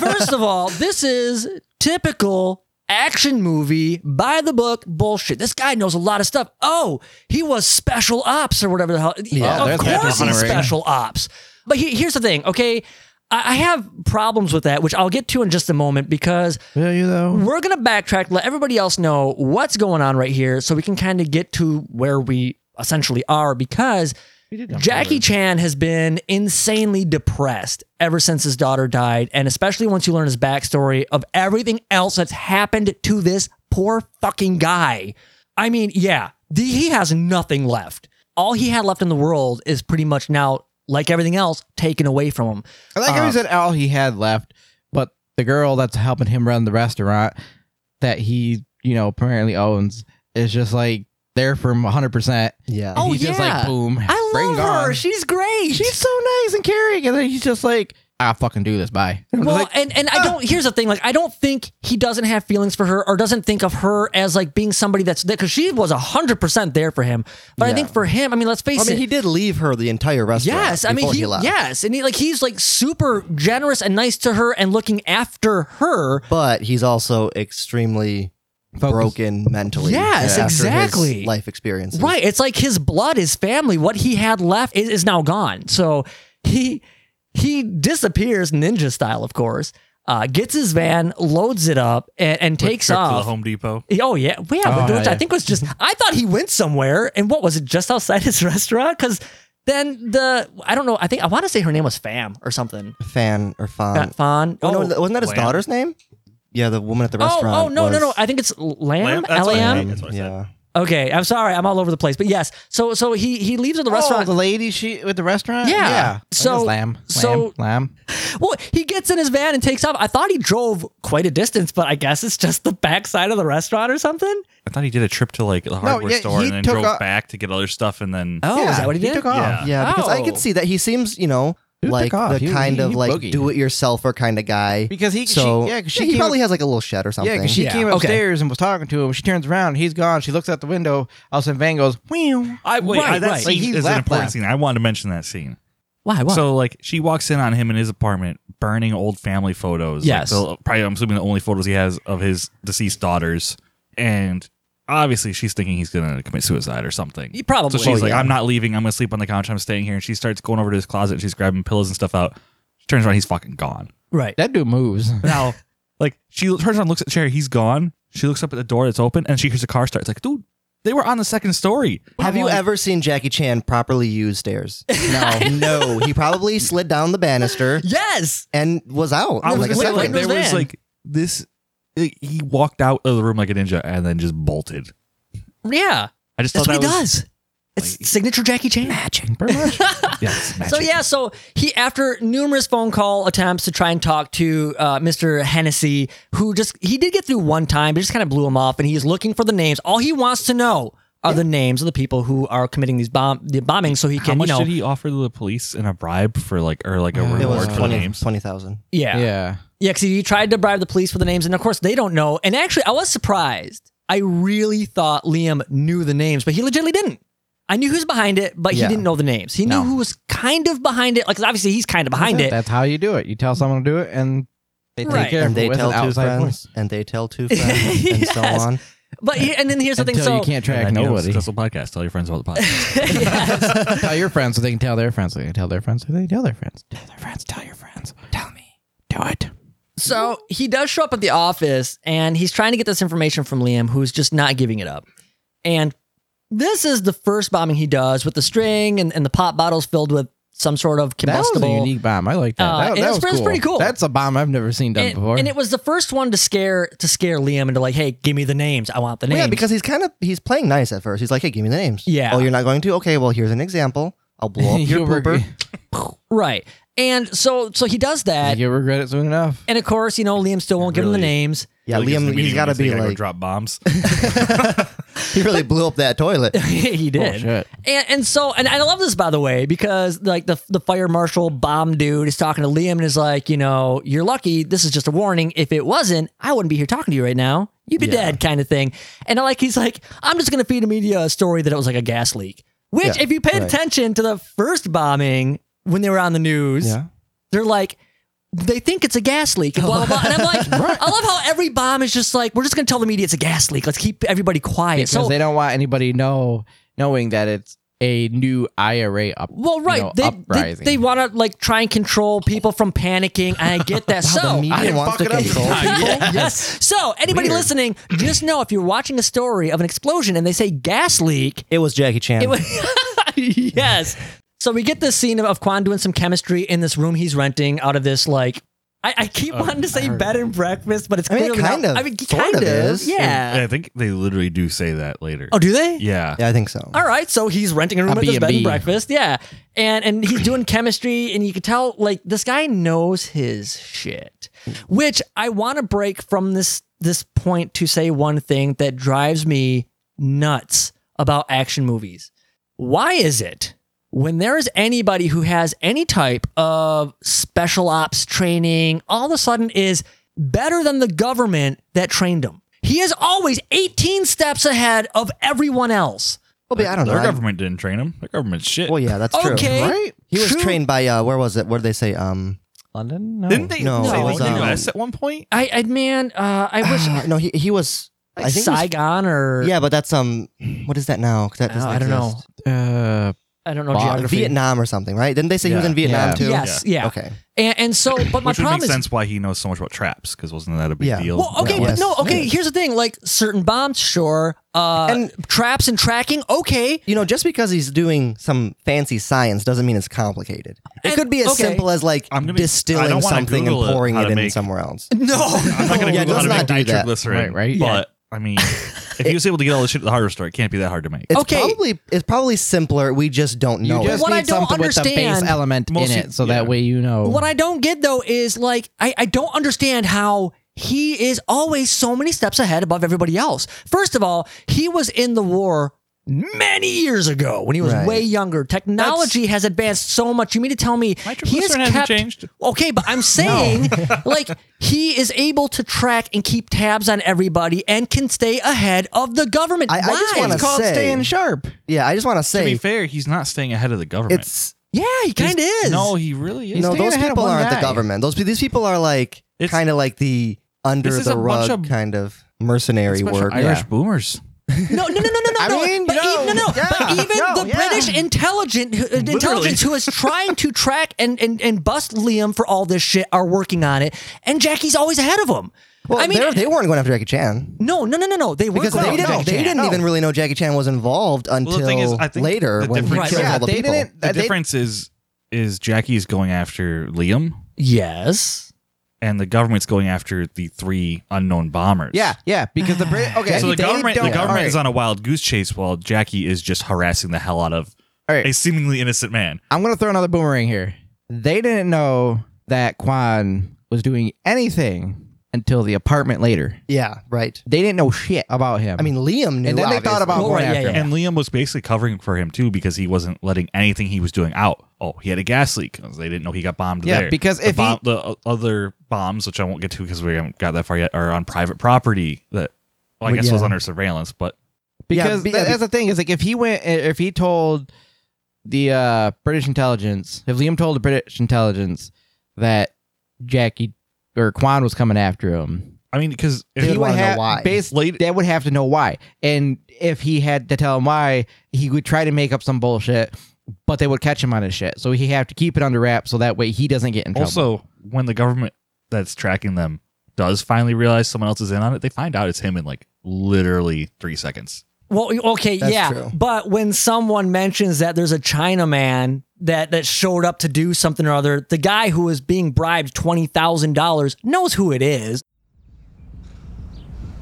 A: First of all, this is typical action movie by the book bullshit. This guy knows a lot of stuff. Oh, he was special ops or whatever the hell.
H: Yeah,
A: of
H: there's that
A: course he's
H: honorary.
A: special ops. But he, here's the thing, okay? I I have problems with that, which I'll get to in just a moment because
H: Will you though?
A: we're going to backtrack, let everybody else know what's going on right here so we can kind of get to where we essentially are because Jackie Chan has been insanely depressed ever since his daughter died. And especially once you learn his backstory of everything else that's happened to this poor fucking guy. I mean, yeah, the, he has nothing left. All he had left in the world is pretty much now, like everything else, taken away from him.
H: I like how
G: Um,
H: he said all he had left, but the girl that's helping him run the restaurant that he, you know, apparently owns is just like there from 100%.
G: Yeah.
H: And
A: Oh,
H: he's just
A: yeah.
H: like, boom.
A: I
H: bring
A: love her.
H: on.
A: She's great.
H: She's so nice and caring. And then he's just like, I'll fucking do this. Bye. I'm just
A: Well,
H: like,
A: and and
G: ah.
A: I don't. Here's the thing: like, I don't think he doesn't have feelings for her, or doesn't think of her as like being somebody that's because she was hundred percent there for him. But I think for him, I mean, let's face
G: I
A: it.
G: mean, he did leave her the entire restaurant.
A: yes, I mean,
G: before
A: he,
G: he left.
A: yes, and he like he's like super generous and nice to her and looking after her.
G: but he's also extremely
H: Focus.
G: broken mentally.
A: Yes,
G: after his
A: exactly.
G: life experiences.
A: Right. It's like his blood, his family, what he had left is, is now gone. So he he disappears ninja style, of course. Uh, gets his van, loads it up, and, and
C: Quick
A: takes
C: trip to the
A: off.
C: Home
A: Oh
C: Depot.
A: yeah, Well, yeah.
H: Oh,
A: but which
H: yeah.
A: I think was just. I thought he went somewhere, and what was it? Just outside his restaurant? Because then the I don't know. I think I want to say her name was Fam or something.
G: Fan or Fan.
A: Not Fawn.
G: oh,
A: Oh,
G: no, wasn't that his
C: Lam.
G: daughter's name? Yeah, the woman at the
A: oh,
G: restaurant.
A: oh no, no,
G: was-
A: no. I think it's Lamb.
C: Lamb? That's
A: L
C: what
A: A
C: I
A: M.
C: think. That's what I said.
G: yeah.
A: Okay, I'm sorry. I'm all over the place. But yes, so so he he leaves at the
H: restaurant.
A: restaurant.
H: the lady she with the restaurant?
A: Yeah.
H: yeah.
A: So-
H: It was lamb.
A: so-
H: lamb. Lamb.
A: Well, he gets in his van and takes off. I thought he drove quite a distance, but I guess it's just the backside of the restaurant or something.
C: I thought he did a trip to like the hardware
H: yeah,
C: store
H: he
C: and then
H: took
C: drove
H: a- Uh,
C: back to get other stuff and then
A: Oh,
H: yeah,
A: is that what he did?
H: took off.
C: Yeah.
G: Yeah, because I
A: Oh.
G: could see that he seems, you know,
H: Dude,
G: like
H: pick off.
G: the
H: He-
G: kind
H: he-
G: of
H: he
G: like
H: boogied.
G: do-it-yourselfer kind of guy.
H: Because he- she-
G: so
H: yeah, 'cause she
G: he
H: came
G: probably
H: up-
G: has like a little shed or something.
H: Yeah, 'cause she came upstairs and was talking to him. She turns around, he's gone. She looks out the window. All of a sudden, Van goes, "Whew."
C: I wait.
H: Right,
C: I, that
H: right. Like,
C: scene
H: he
C: is an
H: left,
C: important
H: left.
C: scene. I wanted to mention that scene.
A: Why? Why?
C: So like, she walks in on him in his apartment, burning old family photos. Like,
A: Yes.
C: the- probably. I'm assuming the only photos he has of his deceased daughters, and obviously she's thinking he's gonna commit suicide or something.
A: He probably-
C: So she's
A: Oh,
C: like,
A: yeah.
C: "I'm not leaving. I'm gonna sleep on the couch. I'm staying here." And she starts going over to his closet. And she's grabbing pillows and stuff out. She turns around. He's fucking gone.
A: Right.
H: That dude moves.
C: Now, like she turns around, looks at the chair. He's gone. She looks up at the door that's open, and she hears a car start. It's like, dude, they were on the second story.
G: Have you ever seen Jackie Chan properly use stairs? No, no. He probably slid down the banister.
A: Yes,
G: and was out.
C: I was
G: like
C: gonna
G: a
C: say, like,
G: second.
C: there was like this. like, he walked out of the room like a ninja and then just bolted.
A: Yeah.
C: I just
A: That's
C: thought
A: what
C: that
A: he
C: was-
A: does. It's signature Jackie Chan. Magic.
C: Yes,
A: So yeah, so he after numerous phone call attempts to try and talk to uh, Mr. Hennessy, who just he did get through one time, but just kind of blew him off, and he's looking for the names. All he wants to know are the names of the people who are committing these bomb the bombings, so he can
C: How much
A: you know
C: did he offer the police in a bribe for like or like a
G: It was
C: reward for the
G: 20
C: names?
G: 20,000.
A: Yeah.
H: Yeah.
A: Yeah, because he tried to bribe the police for the names, and of course they don't know. And actually, I was surprised. I really thought Liam knew the names, but he legitimately didn't. I knew who's behind it, but he
H: Yeah.
A: didn't know the names. He knew
H: No.
A: who was kind of behind it. Like 'cause obviously he's kind of behind it.
H: That's how you do it. You tell someone to do it, and they take
A: Right.
H: care of
G: And
H: it
G: they
H: with
G: tell
H: an
G: two
H: outside
G: friends,
H: voice.
G: and they tell two friends, and so
A: Yes.
G: on.
A: But he, and then here's the thing.
H: Until
A: So
H: you can't track
C: And then, you know,
H: nobody.
C: Successful podcast. Tell your friends about the podcast.
H: tell your friends so they can tell their friends. So they can tell their friends. So they can tell their friends. Tell their friends. Tell your friends. Tell me. Do it.
A: So he does show up at the office and he's trying to get this information from Liam, who's just not giving it up. And this is the first bombing he does with the string and, and the pop bottles filled with some sort of
H: That was
A: combustible.
H: a unique bomb. I like that.
A: Uh,
H: that
A: and
H: that
A: it's-
H: was
A: it's pretty cool.
H: That's a bomb I've never seen done
A: and,
H: before.
A: and it was the first one to scare to scare Liam into like, hey, give me the names. I want the
G: Well,
A: names.
G: yeah, because he's kind of he's playing nice at first. He's like, "Hey, give me the names."
A: Yeah.
G: Oh, you're not going to? Okay. Well, here's an example. I'll blow up your
H: You'll reg-
G: pooper.
A: right. And so so he does that,
H: You'll regret it soon enough.
A: and of course, you know, Liam still won't give him the
C: Really?
A: names.
G: Yeah,
C: Really gives
G: Liam,
C: the meaning
G: he's got to
C: because they
G: be
C: gotta go
G: like,
C: drop bombs.
G: he really blew up that toilet.
A: he did.
H: Bullshit.
A: And, and so, and I love this by the way, because like the the fire marshal bomb dude is talking to Liam and is like, you know, you're lucky. This is just a warning. If it wasn't, I wouldn't be here talking to you right now. You'd be dead, kind of thing. And I like, he's like, I'm just gonna feed the media a story that it was like a gas leak. Which,
G: Yeah,
A: if you paid
G: right.
A: attention to the first bombing when they were on the news,
H: Yeah.
A: they're like. They think it's a gas leak, and blah blah blah. And I'm like, I love how every bomb is just like, we're just gonna tell the media it's a gas leak. Let's keep everybody quiet.
H: Because
A: so
H: they don't want anybody know knowing that it's a new IRA up.
A: Well,
H: you
A: right.
H: know,
A: they,
H: uprising.
A: They, they want to like try and control people from panicking. I get that. so
G: the media wants to control people.
A: yes. So anybody
G: Weird.
A: listening, just know if you're watching a story of an explosion and they say gas leak,
G: It was Jackie Chan.
A: it was yes. So we get this scene of, of Quan doing some chemistry in this room he's renting out of this like. I, I keep wanting to say bed and breakfast, but it's
G: I mean, it
A: clearly
G: kind
A: not-
G: of
A: I mean,
G: sort
A: kind
G: of
A: of,
G: is.
A: yeah.
C: I think they literally do say that later.
A: oh, do they?
C: yeah.
G: yeah, I think so.
A: all right, so he's renting a room
H: A
A: at this bed and
H: B&B.
A: breakfast, yeah, and and he's doing chemistry, and you can tell like this guy knows his shit. Which I want to break from this this point to say one thing that drives me nuts about action movies. Why is it when there is anybody who has any type of special ops training, all of a sudden is better than the government that trained him? He is always 18 steps ahead of everyone else.
G: Well, but I don't know.
C: Their
G: I-
C: government didn't train him. Their government's shit.
G: well, yeah, that's true.
A: Okay.
G: Right? He was
A: True.
G: trained by uh, where was it? Where did they say? Um,
H: London. No.
C: Didn't they
G: No,
C: say
A: it
C: like
A: was, um,
C: US at one point?
A: I, I man, uh, I wish
G: ah, no, he he was.
A: like
G: I think it was-
A: Saigon or
G: yeah, but that's um, what is that now? 'Cause That
A: Oh,
G: doesn't
A: I don't know.
G: exist.
H: Uh,
A: I don't know
G: Ba-
A: geography.
G: Vietnam or something, right? Didn't they say he was
C: Yeah.
G: in Vietnam
H: Yeah.
G: too?
A: Yes, yeah.
G: Okay.
A: And, and so, but my
C: Which would
A: problem
C: make
A: is.
C: sense why he knows so much about traps because wasn't that a big
G: Yeah.
C: deal?
A: Well, okay,
G: Yes.
A: but no, okay.
G: Yeah.
A: Here's the thing: like certain bombs, sure, uh, and
G: And-
A: traps and tracking, okay.
G: you know, just because he's doing some fancy science doesn't mean it's complicated. It
A: And-
G: could be as
A: okay.
G: simple as like
C: I'm gonna be- I
G: distilling
C: don't wanna
G: something
C: Google
G: and
C: it,
G: pouring
C: how
G: it,
C: to
G: in
C: make-
G: somewhere else.
A: No,
C: I'm not going
G: Yeah,
C: to Google
G: let's
C: how
G: not
C: to
G: do
C: make
G: that.
C: nitroglycerin.
H: Right, right.
C: But, I mean, if he was able to get all this shit at the hardware store, it can't be that hard to make.
G: It's
A: Okay.
G: probably it's probably simpler. We just don't know.
H: you just
G: it.
A: what
H: need
A: I don't
H: something with the
A: understand-
H: base element in
C: Mostly-
H: it, so
C: yeah.
H: that way you know.
A: What I don't get though is like I, I don't understand how he is always so many steps ahead above everybody else. First of all, he was in the war many years ago when he was
G: Right.
A: way younger. Technology has advanced so much. You mean to tell me he has
C: triglycerin hasn't
A: kept,
C: changed.
A: Okay, but I'm saying like he is able to track and keep tabs on everybody and can stay ahead of the government.
G: I
A: Why?
G: just wanna It's called say- staying sharp. Yeah, I just want to say
C: To be fair, he's not staying ahead of the government.
G: it's
A: Yeah, he kind of is.
C: no, he really is.
G: no, those people aren't the government. Those these people are like
C: It's-
G: kind of like the under
C: This is
G: the
C: a bunch
G: rug
C: of-
G: kind of mercenary
C: Bunch of
G: work.
C: Irish boomers.
A: No, no, no, no, no, no.
G: I
A: no.
G: mean,
A: but,
G: no,
A: even, no, no.
G: yeah,
A: but even
G: no,
A: the
G: yeah.
A: British intelligent uh, intelligence who is trying to track and, and, and bust Liam for all this shit are working on it, and Jackie's always ahead of him.
G: Well,
A: I mean,
G: they're- they weren't going after Jackie Chan
A: no, no, no, no, no. They were
G: because they
A: going
G: didn't.
A: after
G: they
A: Jackie
G: didn't
A: Chan.
G: even really know Jackie Chan was involved until
C: Well, the thing is, I think
G: later
C: the
G: when he
C: difference-
G: killed
C: Yeah,
G: all the
H: they
G: people.
H: didn't-
C: The
H: They-
C: difference is is Jackie's going after Liam,
A: Yes.
C: and the government's going after the three unknown bombers.
H: Yeah, yeah, because the Brit. Okay,
C: so the
H: they
C: government the
H: don't-
C: government
H: alright.
C: is on a wild goose chase while Jackie is just harassing the hell out of
H: right.
C: a seemingly innocent man.
H: I'm gonna throw another boomerang here. They didn't know that Quan was doing anything until the apartment later.
G: Yeah, right.
H: They didn't know shit about him.
G: I mean, Liam knew.
H: and then they thought
G: obviously.
H: about going
A: yeah,
H: after him.
C: And Liam was basically covering for him too because he wasn't letting anything he was doing out. Oh, he had a gas leak 'cause they didn't know he got bombed
H: Yeah,
C: there.
H: because
C: the
H: if he-
C: bomb, the o- other bombs, which I won't get to because we haven't got that far yet, are on private property that well, I
G: Well,
C: guess was
G: yeah.
C: under surveillance, but
G: Yeah,
H: because
G: be- yeah,
H: tha-
G: be-
H: that's the thing is like if he went if he told the uh, British intelligence if Liam told the British intelligence that Jackie or Quan was coming after him
C: I mean because if he
G: They would wanna know
H: have
G: why.
H: basically they would have to know why and if he had to tell him why he would try to make up some bullshit but they would catch him on his shit so he have to keep it under wraps so that way he doesn't get in trouble
C: also when the government that's tracking them does finally realize someone else is in on it, they find out it's him in like literally three seconds.
A: Well, okay,
G: That's
A: yeah,
G: true.
A: but when someone mentions that there's a Chinaman that that showed up to do something or other, the guy who is being bribed twenty thousand dollars knows who it is.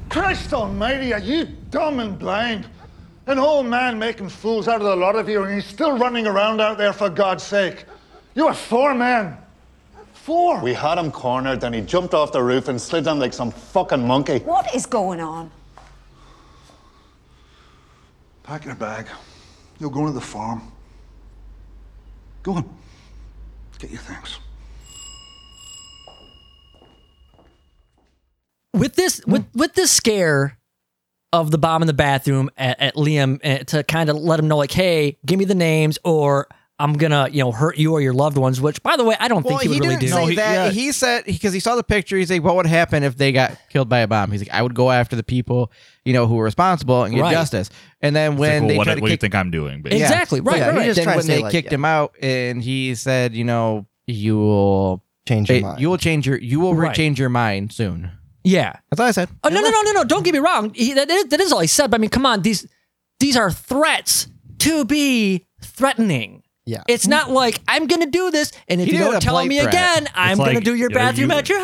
E: Christ almighty, are you dumb and blind? An old man making fools out of the lot of you, and he's still running around out there for God's sake. You are four men. Four.
M: We had him cornered, then he jumped off the roof and slid down like some fucking monkey.
N: What is going on?
E: Pack your bag. You're going to the farm. Go on. Get your things.
A: with this with
H: Hmm.
A: with this scare of the bomb in the bathroom at, at Liam eh, to kind of let him know like, hey, give me the names or I'm gonna you know hurt you or your loved ones. Which by the way, I don't think he would really
H: didn't
A: do.
H: say that. He said because he saw the picture. He's like, "What would happen if they got killed by a bomb?" He's like, "I would go after the people, you know, who were responsible and get
A: Right.
H: justice." And then
C: It's like,
H: when
C: well,
H: they
C: what,
H: tried
C: what
H: to
C: do you
H: kick,
C: think I'm doing?
A: Yeah. Exactly, right,
H: Yeah,
A: right,
H: he
A: right.
H: just
G: Then
H: tried to
G: when
H: say,
G: they
H: like,
G: kicked
H: yeah. him out, and he said, "You know, you will
G: Change your mind.
H: You will change your you will
A: Right.
H: change your mind soon."
A: yeah.
H: That's all I said.
A: Oh no no no no no! Don't get me wrong. He, that, is, that is all he said. But I mean, come on these these are threats to be threatening.
G: Yeah.
A: It's not like I'm gonna do this, and if
H: He
A: you
H: did
A: don't
H: a
A: tell
H: polite
A: me
H: threat.
A: again, I'm gonna
C: like,
A: do your
C: yeah,
A: bathroom
C: you-
A: at your
C: I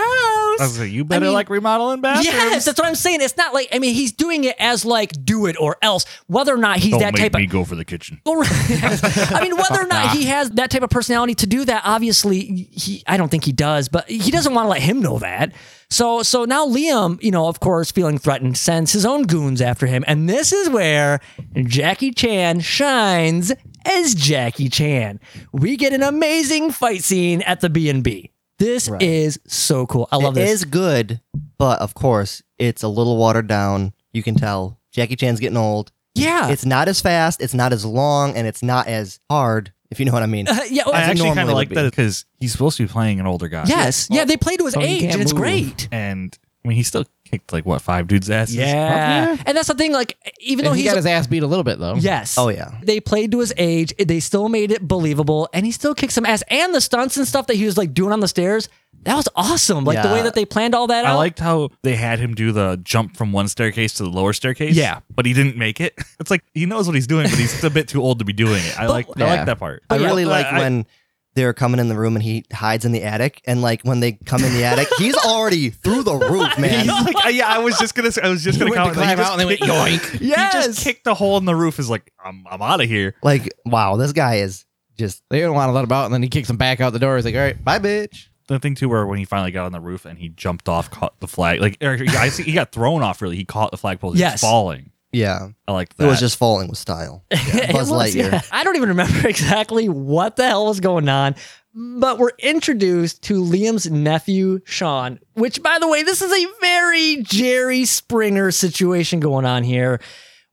A: house.
C: was like, you better
A: mean-
C: like remodeling bathrooms.
A: Yes, that's what I'm saying. It's not like I mean he's doing it as like do it or else. Whether or not he's
C: Don't
A: that
C: make
A: type
C: me
A: of
C: go for the kitchen.
A: Well, right. I mean, whether or not he has that type of personality to do that, obviously, he I don't think he does, but he doesn't want to let him know that. So, so now Liam, you know, of course, feeling threatened, sends his own goons after him, and this is where Jackie Chan shines as Jackie Chan. We get an amazing fight scene at the B and B. This
G: Right.
A: is so cool. I love
G: it
A: this.
G: is good, but of course, it's a little watered down. You can tell Jackie Chan's getting old.
A: yeah,
G: It's not as fast, it's not as long, and it's not as hard, if you know what I mean.
A: yeah.
C: I
A: well,
C: actually
G: it
C: kind
G: normally
C: of
G: would
C: like
G: be.
C: that because he's supposed to be playing an older guy.
A: yes, yeah. They play to his
H: Oh, you
A: age,
H: can't
A: and it's
H: move.
A: great.
C: And I mean, he still kicked like what five dudes' asses.
A: Yeah.
H: Yeah.
A: and that's the thing. Like, even though
H: And he
A: he's
H: got his ass beat a little bit though.
A: Yes.
G: Oh, yeah.
A: They played to his age. They still made it believable, and he still kicked some ass. And the stunts and stuff that he was like doing on the stairs, that was awesome. Like the
G: Yeah.
A: way that they planned all that
C: I
A: out.
C: liked how they had him do the jump from one staircase to the lower staircase.
A: Yeah.
C: but he didn't make it. It's like he knows what he's doing, but he's a bit too old to be doing it. I like I
H: Oh, Yeah. Uh,
C: like that part.
G: I really
C: Yeah.
G: like
C: I-
G: when they're coming in the room and he hides in the attic, and like when they come in the attic, he's already through the roof, man.
C: He's like, yeah, I was just gonna, I was just
H: He
C: gonna
H: went to
C: comment. that he
H: climb
C: just
H: out and they went
C: kicked-
H: yoink.
C: He
A: Yes.
C: just kicked a hole in the roof. Is like, I'm, I'm out of here.
G: Like, wow, this guy is just
H: They didn't want to let him out, and then he kicks him back out the door. He's like, "All right, bye, bitch."
C: the thing too where when he finally got on the roof and he jumped off caught the flag like or, he- I see he got thrown off really he caught the flagpole he was
A: Yes.
C: falling
G: Yeah.
C: I liked
G: It was
C: that.
G: just falling with style.
A: It
G: Buzz
A: was,
G: Lightyear.
A: yeah. I don't even remember exactly what the hell was going on, but we're introduced to Liam's nephew, Sean, which, by the way, this is a very Jerry Springer situation going on here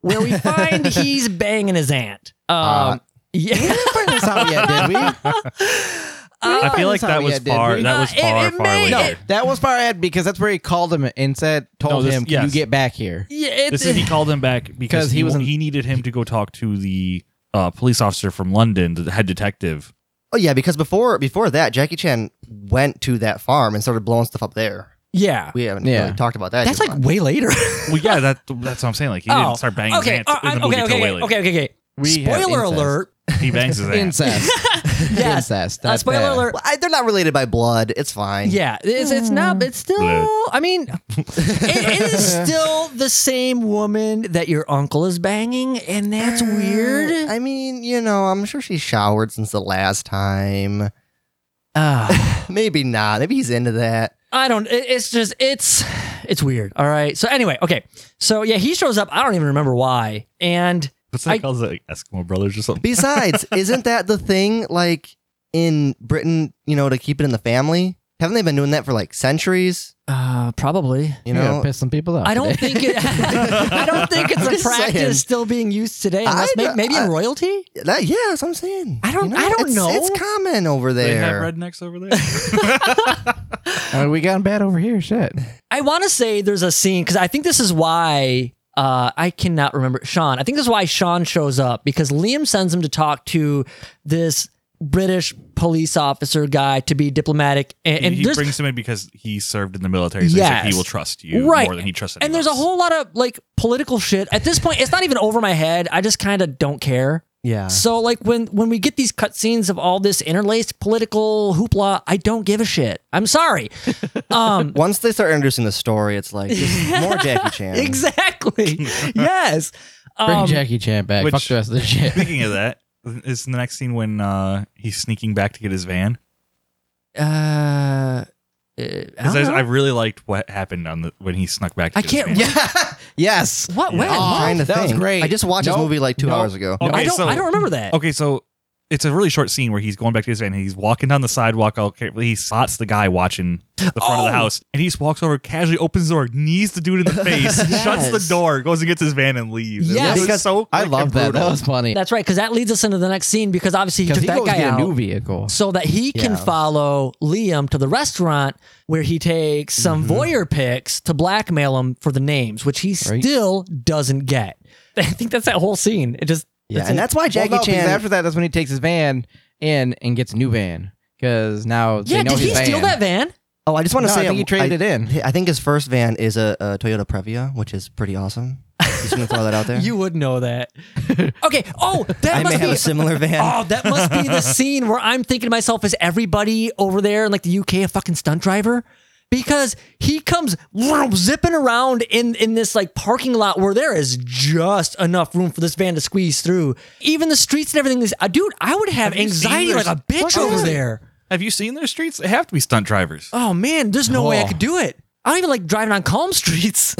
A: where we find he's banging his aunt. Um,
C: Uh,
A: yeah. uh,
C: I
H: Oh,
C: feel like that was far. That
H: Uh,
C: was far, far later.
H: that was far ahead because that's where he called him and said, told
C: No, this-
H: him, "Can
C: yes.
H: you get back here?"
A: Yeah,
C: this is he called him back because
H: 'Cause he
C: he
H: was
C: was
H: in-
C: he needed him to go talk to the uh, police officer from London, the head detective.
G: Oh yeah, because before before that, Jackie Chan went to that farm and started blowing stuff up there.
A: Yeah.
G: We haven't
C: Yeah.
G: really talked about that.
A: That's
G: too
A: like
G: much.
A: way later.
C: Well, yeah, that that's what I'm saying. Like he
A: Oh,
C: didn't start banging his
A: okay,
C: hands
A: uh,
C: in the
A: okay,
C: movie till
A: okay,
C: way later.
A: okay, okay, okay. We have Spoiler incest. alert.
C: He bangs his hand.
H: Incest.
A: Yes.
H: Incest.
A: Uh, spoiler alert.
G: Well, I- they're not related by blood. It's fine.
A: Yeah, it's, it's not. It's still.
G: Mm. Bleh.
A: I mean, it it is still the same woman that your uncle is banging, and that's weird.
G: Uh, I mean, you know, I'm sure she showered since the last time.
A: Uh,
G: maybe not. Maybe he's into that.
A: I don't. it- It's just it's it's weird. All right. So anyway, okay. So yeah, he shows up. I don't even remember why. And
C: What's
A: I-
C: that called? Is it Like Eskimo Brothers or something?
G: Besides, isn't that the thing like in Britain, you know, to keep it in the family? Haven't they been doing that for like centuries?
A: Uh, probably.
G: You know,
H: piss some people off.
A: I don't think it. I don't think it's
G: I'm
A: a
G: just
A: practice
G: saying.
A: still being used today. Unless
G: I
A: may-
G: don't-
A: maybe
G: I-
A: in royalty.
G: That- yeah, that's what I'm saying.
A: I don't.
G: You
A: I don't
G: it's,
A: know.
G: It's common over
C: They
G: there.
C: have rednecks over there.
H: I mean, we got him bad over here. Shit.
A: I want to say there's a scene because I think this is why uh, I cannot remember Sean. I think this is why Sean shows up because Liam sends him to talk to this British police officer guy to be diplomatic, and, and
C: he
A: there's
C: brings him in because he served in the military. So he's like,
A: Yes.
C: he will trust you
A: Right.
C: more than he trusts.
A: and there's a whole lot of like political shit at this point. It's not even over my head. I just kind of don't care.
G: Yeah.
A: So like when when we get these cutscenes of all this interlaced political hoopla, I don't give a shit. I'm sorry. Um,
G: Once they start introducing the story, it's like just more Jackie Chan.
A: exactly. yes.
H: Bring
A: Um,
H: Jackie Chan back.
C: which-
H: Fuck the rest of the shit.
C: Speaking of that, is the next scene when uh, he's sneaking back to get his van?
A: Uh,
C: Because I,
A: know.
C: I really liked what happened on the when he snuck back. To
A: I
C: get his
A: can't.
C: van.
H: Yes.
A: What? When?
G: I'm trying to
H: that was
G: think.
H: great.
G: I just watched
H: Nope.
G: this movie like two
H: Nope.
G: hours ago.
A: I don't- I don't remember that.
C: Okay, so it's a really short scene where he's going back to his van. And he's walking down the sidewalk. All carefully. He spots the guy watching the front of
A: Oh!
C: the house, and he just walks over, casually opens the door, knees the dude in the face, shuts the
G: Yes.
C: door, goes and gets his van, and leaves. It
A: Yes.
C: was
A: Because
C: so
H: I
C: freaking
H: love that. That
C: brutal.
H: was funny.
A: That's right, because that leads us into the next scene because obviously he took
H: Because he
A: that
H: goes
A: guy
H: get a
A: out
H: new vehicle.
A: so that he can
G: Yeah.
A: follow Liam to the restaurant where he takes some
H: Mm-hmm.
A: voyeur pics to blackmail him for the names, which he still doesn't get. I think that's that whole scene. It just
G: Yeah, and that's why
H: Well,
G: Jackie
H: no, because
G: Chan.
H: after that, that's when he takes his van in and gets a new van. Because now
A: yeah.
H: Oh, they know
A: Did
H: his
A: he
H: van.
A: steal that van?
G: oh, I just want to
H: No, I
G: say
H: think he traded it in.
G: I think his first van is a, a Toyota Previa, which is pretty awesome. Just gonna throw that out there.
A: You would know that. Okay. Oh, that
G: I may
A: must
G: have
A: be
G: a similar van.
A: Oh, that must be the scene where I'm thinking to myself, is everybody over there in like the UK a fucking stunt driver? Because he comes zipping around in in this like parking lot where there is just enough room for this van to squeeze through. Even the streets and everything. This uh, dude, I would have,
C: Have you seen
A: anxiety like
C: there's-
A: a bitch
C: Look,
A: over
C: yeah.
A: there.
C: Have you seen their streets? They have to be stunt drivers.
H: Uh,
A: Oh man, there's no way I
H: Oh.
A: could do it. I don't even like driving on calm streets.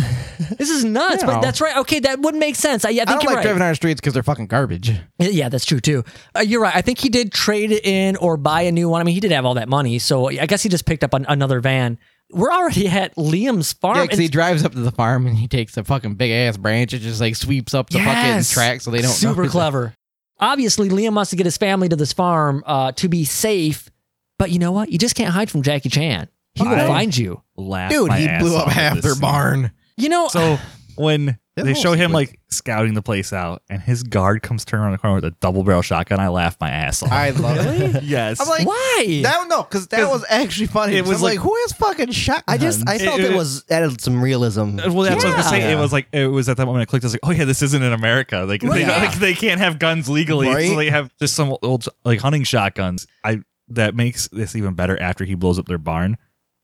A: this is nuts. But
H: No.
A: that's right. Okay, that would make sense. I, yeah, I think
H: I don't
A: you're
H: like
A: right. Oh,
H: driving on the streets because they're fucking garbage.
A: Yeah, Yeah, that's true too. Uh, you're right. I think he did trade it in or buy a new one. I mean, he did have all that money, so I guess he just picked up an, another van. We're already at Liam's farm.
H: Yeah, because he
A: It's-
H: drives up to the farm and he takes a fucking big ass branch and just like sweeps up the
A: Yes.
H: fucking track so they don't.
A: Super
H: know.
A: clever. Obviously, Liam wants to get his family to this farm uh, to be safe, but you know what? You just can't hide from Jackie Chan. He will
C: I-
A: find you.
C: Laugh
H: Dude,
C: my
H: he
C: ass
H: blew up
C: off at
H: half
C: this
H: their
C: scene.
H: barn.
A: You know,
C: So when
G: That
C: they
G: whole
C: show him
G: sequence-
C: like scouting the place out, and his guard comes turning around the corner with a double barrel shotgun, I laugh my ass off.
H: I love it.
C: yes,
H: I'm like,
A: why?
H: That no, because that was actually funny. It was like, who has fucking shotguns?
G: I just I
C: It-
G: felt it,
C: it-
G: was added some realism.
C: Uh, Well, that's what I was
A: Yeah.
C: saying. It was like it was at that moment I clicked. I was like, oh yeah, this isn't in America. Like,
A: Right.
C: they,
A: Yeah.
C: like, they can't have guns legally, so
H: Right.
C: they have just some old like hunting shotguns. I that makes this even better. After he blows up their barn,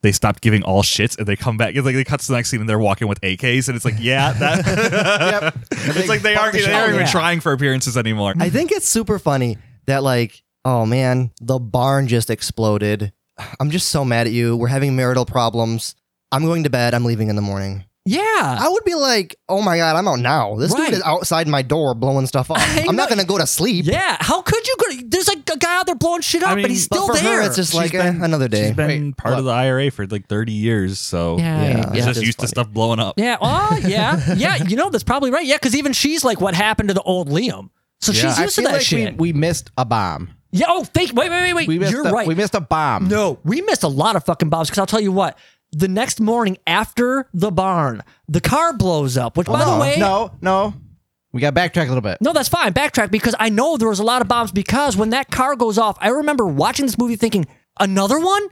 C: they stopped giving all shits and they come back. It's like they cut to the next scene and they're walking with AKs, and it's like yeah, that. It's like they
G: Fuck
C: aren't
G: the
C: they aren't even
A: shotgun.
C: trying for appearances anymore.
G: I think it's super funny that like, oh man, the barn just exploded. I'm just so mad at you. We're having marital problems. I'm going to bed. I'm leaving in the morning.
A: Yeah. I
G: would be like, oh my God, I'm out now. This
A: Right.
G: dude is outside my door blowing stuff up. I'm not going to go to sleep.
A: Yeah, how could you? Go, there's like a guy out there blowing shit up, and he's still
G: for
A: there.
G: her, it's just like
C: She's
G: eh,
C: been-
G: another day.
C: She's been part of the IRA for like 30 years, so
A: Yeah, Yeah. yeah,
C: it's
A: it
C: just
A: is
C: used to stuff blowing up.
A: yeah, oh yeah, yeah. You know that's probably right. Yeah, because even she's like, what happened to the old Liam? So she's
H: I
A: used to
H: feel
A: that
H: like
A: shit.
H: We, we missed a bomb.
A: yeah. Oh, thank. Wait, wait, wait, wait.
H: We missed
A: You're
H: a-
A: right.
H: We missed a bomb.
A: No, we missed a lot of fucking bombs because I'll tell you what. The next morning after the barn, the car blows up. Which, by
H: no,
A: the way,
H: Uh-huh. no, no. We got backtrack a little bit.
A: No, that's fine. Backtrack because I know there was a lot of bombs because when that car goes off, I remember watching this movie thinking, another one?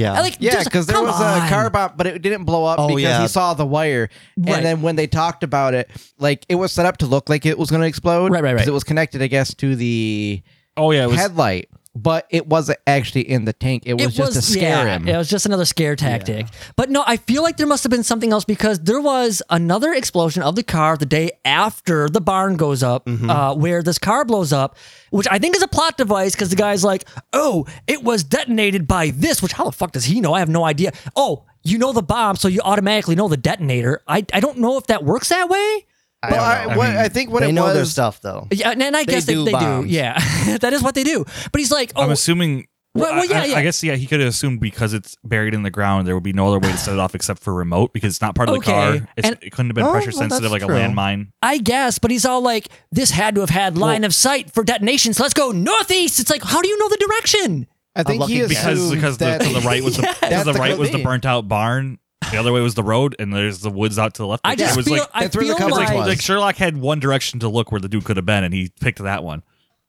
A: I like,
H: yeah,
A: just-
H: because there
A: come
H: was a
A: on.
H: car bomb, but it didn't blow up
G: Oh,
H: because
G: yeah.
H: he saw the wire.
A: Right.
H: And then when they talked about it, like it was set up to look like it was going to explode, right, right, right. Because it was connected, I guess, to the
C: oh yeah
A: was-
H: headlight, but it wasn't actually in the tank. It was just to scare
A: yeah,
H: him.
A: It was just another scare tactic. But no, I feel like there must have been something else because there was another explosion of the car the day after the barn goes up,
H: Mm-hmm.
A: uh, where this car blows up, which I think is a plot device because the guy's like, "Oh, it was detonated by this." Which how the fuck does he know? I have no idea. Oh, you know the bomb, so you automatically know the detonator. I I don't know if that works that way.
H: Well, I, what, I think what
G: they
H: it
G: know
H: was,
G: their stuff though.
A: Yeah, and, and I
G: They
A: guess
G: do
A: they, they do.
G: bombs.
A: Yeah, that is what they do. But he's like, "Oh,
C: I'm assuming.
A: Well, well,
C: I-
A: yeah,
C: I,
A: yeah.
C: I guess yeah, he could have assumed because it's buried in the ground, there would be no other way to set it off except for remote because it's not part of the
A: Okay,
C: car. It's,
A: and-
C: it couldn't have been
A: Oh,
C: pressure
A: well,
C: sensitive
A: that's
C: like
A: true.
C: a landmine.
A: I guess, but he's all like, this had to have had line of sight for detonations. Let's go northeast. It's like, how do you know the direction?
H: I think he
C: because
H: assumed
C: because the,
H: that-
C: to the right was the,
H: Yes.
C: to
H: That's
C: the
H: the
C: right was the
H: convenience.
C: burnt out barn. The other way was the road, and there's the woods out to the left.
A: I just
C: it was
A: feel-
C: like,
A: I That's where the feel
C: it's like,
A: coverage was.
C: like Sherlock had one direction to look where the dude could have been, and he picked that one.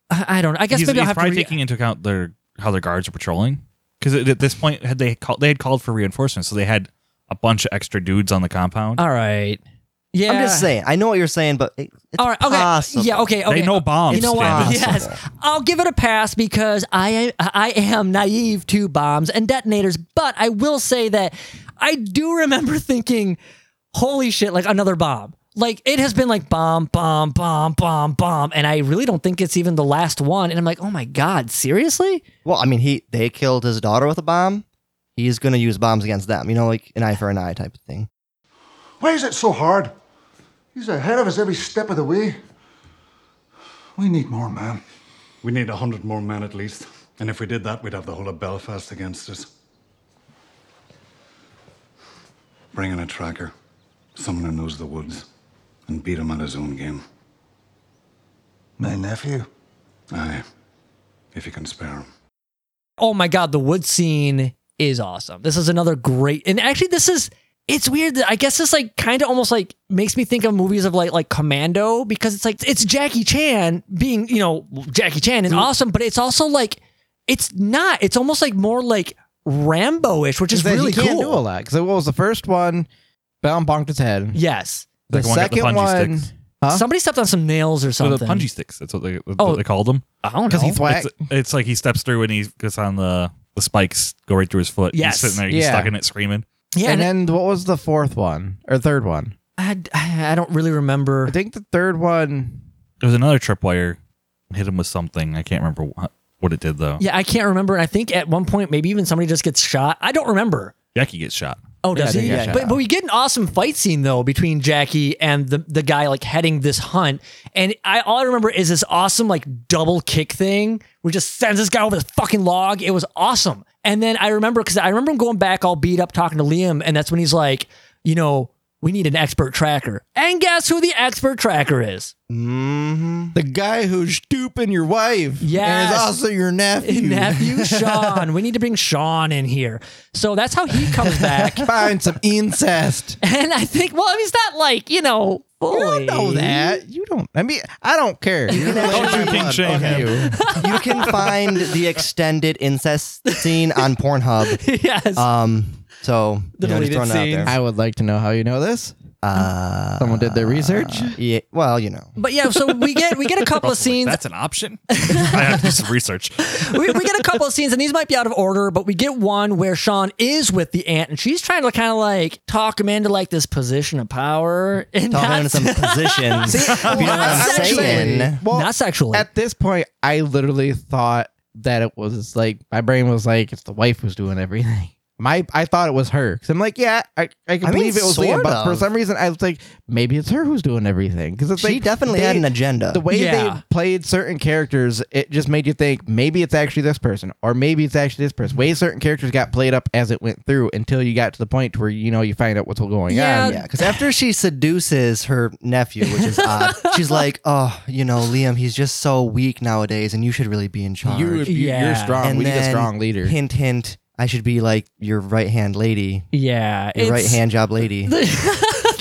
A: I I don't know. I guess
C: he's,
A: maybe I'll
C: he's
A: have to.
C: probably
A: Re-
C: taking into account their how their guards are patrolling because at this point had they called they had called for reinforcements, so they had a bunch of extra dudes on the compound.
A: all right. Yeah.
G: I'm just saying. I know what you're saying, but it, it's
A: All right. Okay.
G: possible.
A: Yeah. Okay. Okay.
C: know bombs,
A: You know what?
C: Stan.
A: Yes. I'll give it a pass because I I am naive to bombs and detonators, but I will say that I do remember thinking, "Holy shit! Like another bomb." Like it has been like bomb, bomb, bomb, bomb, bomb, and I really don't think it's even the last one. And I'm like, "Oh my god, seriously?"
G: Well, I mean, he they killed his daughter with a bomb. He's gonna use bombs against them. You know, like an eye for an eye type of thing.
E: Why is it so hard? He's ahead of us every step of the way. We need more men.
N: We need a hundred more men at least. And if we did that, we'd have the whole of Belfast against us. Bring in a tracker, someone who knows the woods, and beat him at his own game.
E: My nephew?
N: Aye, if you can spare him.
A: Oh my god, the wood scene is awesome. This is another great, and actually, this is it's weird. that I guess this like kind of almost like makes me think of movies of like like Commando because it's like it's Jackie Chan being you know Jackie Chan
H: Mm-hmm.
A: is awesome, but it's also like it's not. It's almost like more like Rambo-ish, which is
H: that
A: really
H: he can't do a
A: cool.
H: lot because what was the first one? Bell bonked his head.
A: Yes,
H: The
C: Second one got the
H: second
C: punji
H: one,
C: sticks.
H: Huh?
A: somebody stepped on some nails or
C: So the
A: something.
C: punji sticks. That's what they, what
A: Oh.
C: they called them.
A: I don't know.
H: he thwack-
C: It's, it's like he steps through and he gets on the, the spikes, go right through his foot.
A: Yes.
C: He's sitting there, he's
H: Yeah.
C: stuck in it, screaming.
A: Yeah,
H: and,
A: and
H: then what was the fourth one or third one?
A: I, I don't really remember.
H: I think the third one.
C: There was another tripwire, hit him with something. I can't remember what, what it did though.
A: Yeah, I can't remember. And I think at one point maybe even somebody just gets shot. I don't remember.
C: Jackie gets shot.
A: Oh, does
H: Yeah,
A: he?
H: yeah, yeah.
A: But, but we get an awesome fight scene though between Jackie and the the guy like heading this hunt, and I all I remember is this awesome like double kick thing, which just sends this guy over the fucking log. It was awesome, and then I remember because I remember him going back all beat up talking to Liam, and that's when he's like, you know, we need an expert tracker, and guess who the expert tracker is?
H: Mm-hmm. The guy who's stooping your wife. And
A: Yes.
H: is also your nephew.
A: Nephew Sean. We need to bring Sean in here. So that's how he comes back.
H: Find some incest.
A: And I think, well, I mean, he's not like, you know, fully.
H: You don't know that. You don't. I mean, I don't care. You
C: you kink shame him.
G: you can find the extended incest scene on Pornhub.
A: yes.
G: Um, so
A: The
G: you know, just
A: deleted
G: throwing it out
A: scenes.
G: there.
H: I would like to know how you know this.
G: Uh,
H: Someone did their research.
G: yeah, well, you know,
A: But yeah, so we get we get a couple of scenes.
C: That's an option. I have to do some research.
A: we, we get a couple of scenes, and these might be out of order, but we get one where Sean is with the aunt, and she's trying to kind of like talk him into like this position of power and
G: talking
A: not,
G: into some positions.
H: well,
G: if you know what
A: not
G: I'm
A: sexually.
G: saying.
H: Well,
A: not sexually.
H: At this point, I literally thought that it was like my brain was like, it's the wife who's doing everything. My, I thought it was her. Cause I'm like, yeah, I, I can
G: I mean,
H: believe it was Liam,
G: sort
H: but for
G: of.
H: some reason I was like, maybe it's her who's doing everything. Because
G: She definitely had an agenda.
H: The way
G: Yeah.
H: they played certain characters, it just made you think maybe it's actually this person, or maybe it's actually this person. Way certain characters got played up as it went through until you got to the point where you know you find out what's going on.
G: yeah. Because after she seduces her nephew, which is odd, she's like, "Oh, you know, Liam, he's just so weak nowadays, and you should really be in charge.
H: would be- you're Yeah. strong.
G: And
H: We need a
G: then,
H: strong leader."
G: Hint, hint. I should be like your right hand lady.
A: Yeah,
G: your
A: it's-
G: right hand job lady.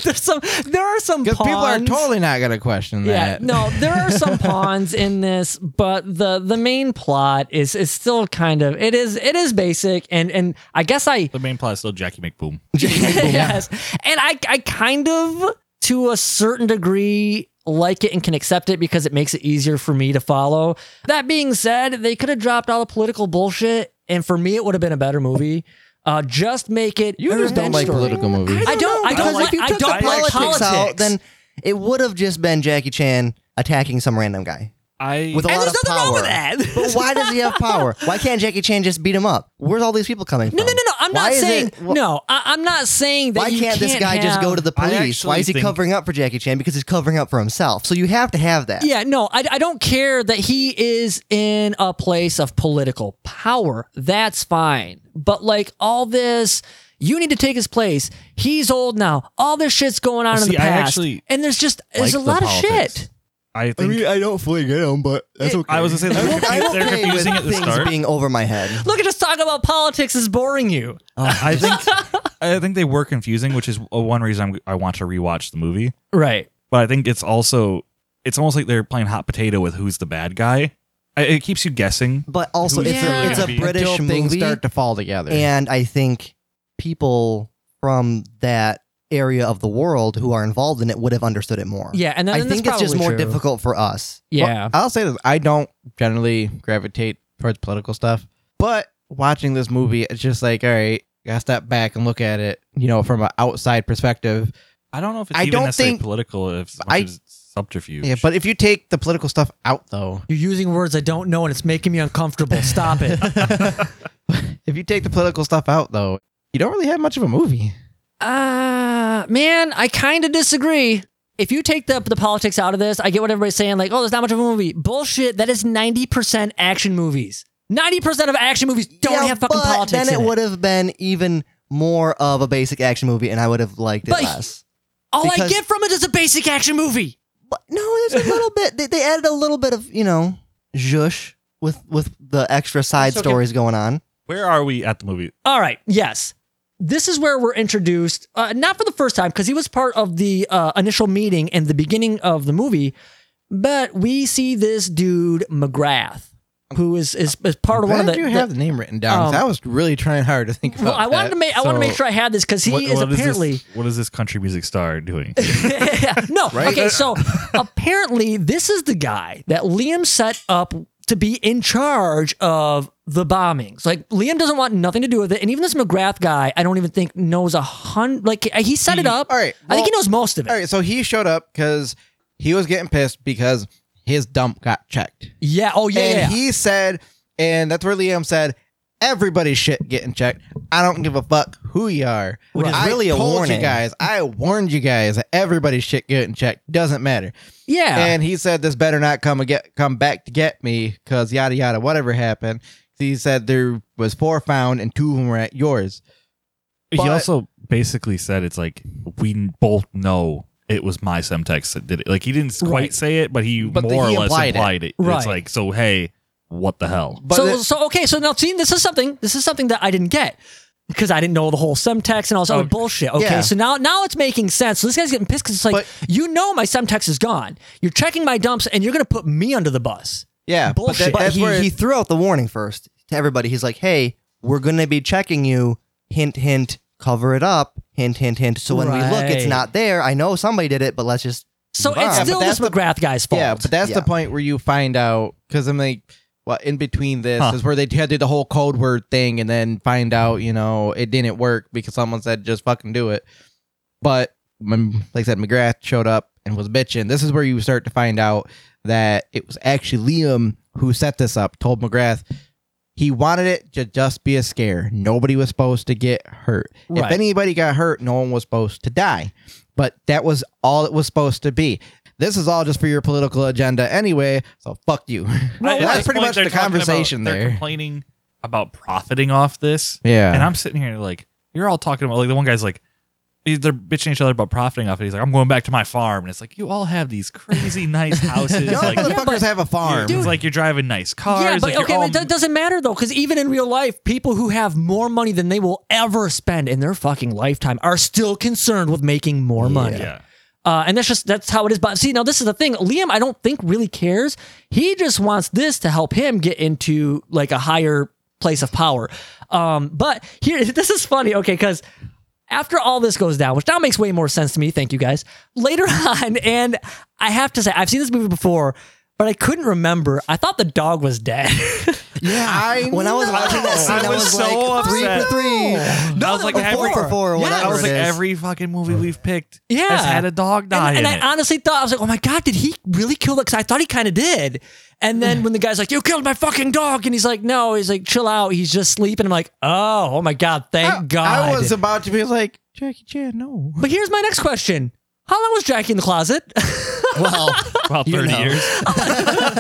A: There's some. There are some pawns.
H: People are totally not going to question
A: yeah,
H: that.
A: no, there are some pawns in this, but the the main plot is is still kind of it is it is basic, and and I guess I
C: The main plot is still Jackie McBoom.
A: yes. And I, I kind of, to a certain degree, like it and can accept it because it makes it easier for me to follow. That being said, they could have dropped all the political bullshit, and for me, it would have been a better movie. Uh, just make it. You
H: just don't like political movies.
A: I don't. I don't
G: Because
A: like.
G: if you
A: I
G: took
A: don't
G: the
A: like politics.
G: out, then it would have just been Jackie Chan attacking some random guy.
C: I
G: With a
A: And
G: lot
A: there's
G: of
A: nothing
G: power.
A: wrong with that.
G: but why does he have power? Why can't Jackie Chan just beat him up? Where's all these people coming from?
A: No, no, no. I'm
G: Why
A: not
G: is
A: saying
G: it- wh-
A: no. I, I'm not saying that.
G: Why
A: you
G: can't this guy just
A: have-
G: go to the
C: I
G: police? Why
C: actually
G: is he
C: think-
G: covering up for Jackie Chan? Because he's covering up for himself. So you have to have that.
A: Yeah, no, I, I don't care that he is in a place of political power. That's fine. But like all this, you need to take his place. He's old now. All this shit's going on
C: Well,
A: in
C: see,
A: the
C: I
A: past.
C: actually
A: and there's just there's
C: like
A: a
C: the
A: lot of
C: politics.
A: shit.
C: I think.
G: I don't fully get him, but that's
C: I was gonna say they're,
G: I'm
C: confu- they're
G: okay with
C: confusing at the
G: things
C: start.
G: being over my head.
A: Look at us talking about politics is boring you.
C: I think I think they were confusing, which is uh, one reason I'm, I want to rewatch the movie.
A: Right.
C: But I think it's also it's almost like they're playing hot potato with who's the bad guy. I, it keeps you guessing.
G: But also,
C: Who's
G: it's
C: really
G: a, it's
C: gonna be-
G: a British
H: Until things
G: movie,
H: start to fall together.
G: and I think people from that area of the world who are involved in it would have understood it more.
A: Yeah, and that-
G: I
A: and that's
G: think it's just
A: probably
G: more
A: true.
G: difficult for us.
A: Yeah.
H: Well, I'll say this. I don't generally gravitate towards political stuff, but watching this movie, it's just like, all right, gotta step back and look at it, you know, from an outside perspective.
C: I don't know if it's
H: I
C: even
H: don't
C: necessarily
H: think-
C: political if as much
H: I-
C: as subterfuge.
H: Yeah, but if you take the political stuff out though,
A: You're using words I don't know and it's making me uncomfortable. Stop it.
H: if you take the political stuff out though, you don't really have much of a movie.
A: Uh man, I kind of disagree. If you take the the politics out of this, I get what everybody's saying like, "Oh, there's not much of a movie." Bullshit. That is 90% action movies. 90% of action movies don't
G: Yeah,
A: have fucking
G: but
A: politics
G: Then
A: in
G: it
A: it.
G: would have been even more of a basic action movie, and I would have liked it
A: But-
G: less.
A: All I
G: because-
A: get from it is a basic action movie.
G: But no, there's a little bit. They, they added a little bit of you know, zhush with with the extra side
C: It's okay.
G: stories going on.
C: Where are we at the movie?
A: All right, yes. This is where we're introduced, uh, not for the first time, because he was part of the uh, initial meeting and the beginning of the movie, but we see this dude, McGrath, who is, is, is part of one
H: Why
A: of the.
H: did you
A: the-
H: have the name written down? 'Cause
A: um,
H: I was really trying hard to think about
A: well, I wanted
H: that.
A: to make I want to
H: So-
A: make sure I had this because he
C: What-
A: is
C: what this-
A: apparently
C: what is this country music star doing?
A: no.
C: Right?
A: Okay, so apparently this is the guy that Liam set up to be in charge of the bombings. Like Liam doesn't want nothing to do with it, and even this McGrath guy, I don't even think knows a hundred. Like he set it up.
H: All right,
A: I think he
H: well-
A: knows most of it.
H: All right, so he showed up because he was getting pissed because his dump got checked.
A: Yeah. Oh yeah.
H: and
A: yeah.
H: he said, and that's where Liam said, everybody's shit getting checked. I don't give a fuck who you are.
G: Which is
H: I
G: really a
H: told you
G: warning.
H: guys. I warned you guys that everybody's shit getting checked. Doesn't matter.
A: Yeah.
H: And he said, this better not come and get come back to get me because yada yada whatever happened. He said there was four found and two of them were at yours.
C: he
H: But-
C: also basically said it's like we both know it was my Semtex that did it. Like he didn't quite
A: Right.
C: say it, but he
H: But
C: more
H: he
C: or less
H: implied it.
C: implied it.
A: Right.
C: It's like so. Hey, what the hell?
H: But
A: so
H: it-
A: so okay. So now see, this is something. This is something that I didn't get. Because I didn't know the whole semtex and all this other bullshit. Okay,
H: Oh, Yeah.
A: so now now it's making sense. So this guy's getting pissed because it's like,
H: But-
A: you know, my semtex is gone. You're checking my dumps, and you're gonna put me under the bus.
H: yeah,
A: Bullshit.
H: But, that,
G: But
H: that's
G: he,
H: where
G: he threw out the warning first to everybody. He's like, "Hey, we're gonna be checking you. Hint, hint. Cover it up. Hint, hint, hint. So when we look, it's
A: Right.
G: not there. I know somebody did it, but let's just
A: So
G: move
A: it's
G: on."
A: still
H: but
A: this
H: that's the-
A: McGrath guy's fault.
H: Yeah, but that's
G: Yeah.
H: the point where you find out because I'm like, well, in between this
C: Huh.
H: is where they had to do the whole code word thing and then find out, you know, it didn't work because someone said just fucking do it. But when- like I said, McGrath showed up and was bitching. This is where you start to find out that it was actually Liam who set this up. Told McGrath, He wanted it to just be a scare. Nobody was supposed to get hurt. If
O: Right.
H: anybody got hurt, no one was supposed to die. But that was all it was supposed to be. This is all just for your political agenda anyway, so fuck you.
C: Well,
H: that's pretty much the conversation
C: They're
H: there.
C: complaining about profiting off this.
H: Yeah.
C: And I'm sitting here like, you're all talking about, like, the one guy's like, they're bitching each other about profiting off it. He's like, I'm going back to my farm. And it's like, you all have these crazy nice houses.
H: Y'all
C: like,
H: motherfuckers have a farm.
C: It's like you're driving nice cars.
A: yeah, but
C: like, you're
A: okay,
C: all
A: but that doesn't matter though, because even in real life, people who have more money than they will ever spend in their fucking lifetime are still concerned with making more money.
C: Yeah.
A: Uh, and that's just that's how it is. But see, now this is the thing. Liam, I don't think really cares. He just wants this to help him get into like a higher place of power. Um, but here, this is funny. Okay, because after all this goes down, which now makes way more sense to me. Thank you guys. Later on, and I have to say, I've seen this movie before, but I couldn't remember. I thought the dog was dead.
G: Yeah, I when I was watching that scene, I was,
C: so
G: like three
C: upset.
G: for three.
C: I was like,
G: or
C: every,
G: four for four, or
C: I
G: whatever
C: was
G: it
C: like,
G: is.
C: every fucking movie we've picked
A: Yeah,
C: has had a dog die
A: And,
C: in
A: and
C: it.
A: I honestly thought I was like, "Oh my god, did he really kill that?" Because I thought he kind of did. And then when the guy's like, "You killed my fucking dog," and he's like, "No," he's like, "Chill out." He's just sleeping. I'm like, "Oh, oh my god, thank God."
H: I was about to be like, Jackie Chan, no.
A: but here's my next question: How long was Jackie in the closet?
G: Well,
C: about 30 years.
A: he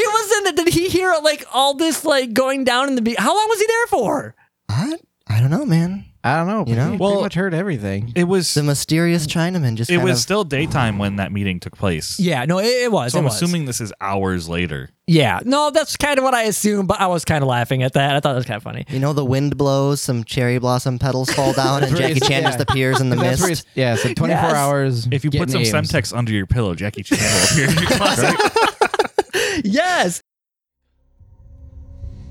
A: was in it. Did he hear like all this like going down in the? Be- How long was he there for?
G: I don't know, man.
H: I don't know.
G: You know,
H: well, pretty much heard everything.
C: It was
G: the mysterious Chinaman. Just
C: It
G: kind
C: was
G: of-
C: still daytime when that meeting took place.
A: Yeah, no, it, it was.
C: So
A: it
C: I'm
A: was.
C: assuming this is hours later.
A: Yeah, no, that's kind of what I assumed, but I was kind of laughing at that. I thought it was kind of funny.
G: You know, the wind blows, some cherry blossom petals fall down,
H: That's
G: and
H: where
G: Jackie
H: he's-
G: Chan just
H: yeah.
G: appears in the
H: That's where
G: mist.
H: he's- yeah, so 24
G: Yes.
H: hours.
C: If you put some
H: getting names.
C: Semtex under your pillow, Jackie Chan will appear in your closet.
A: Yes.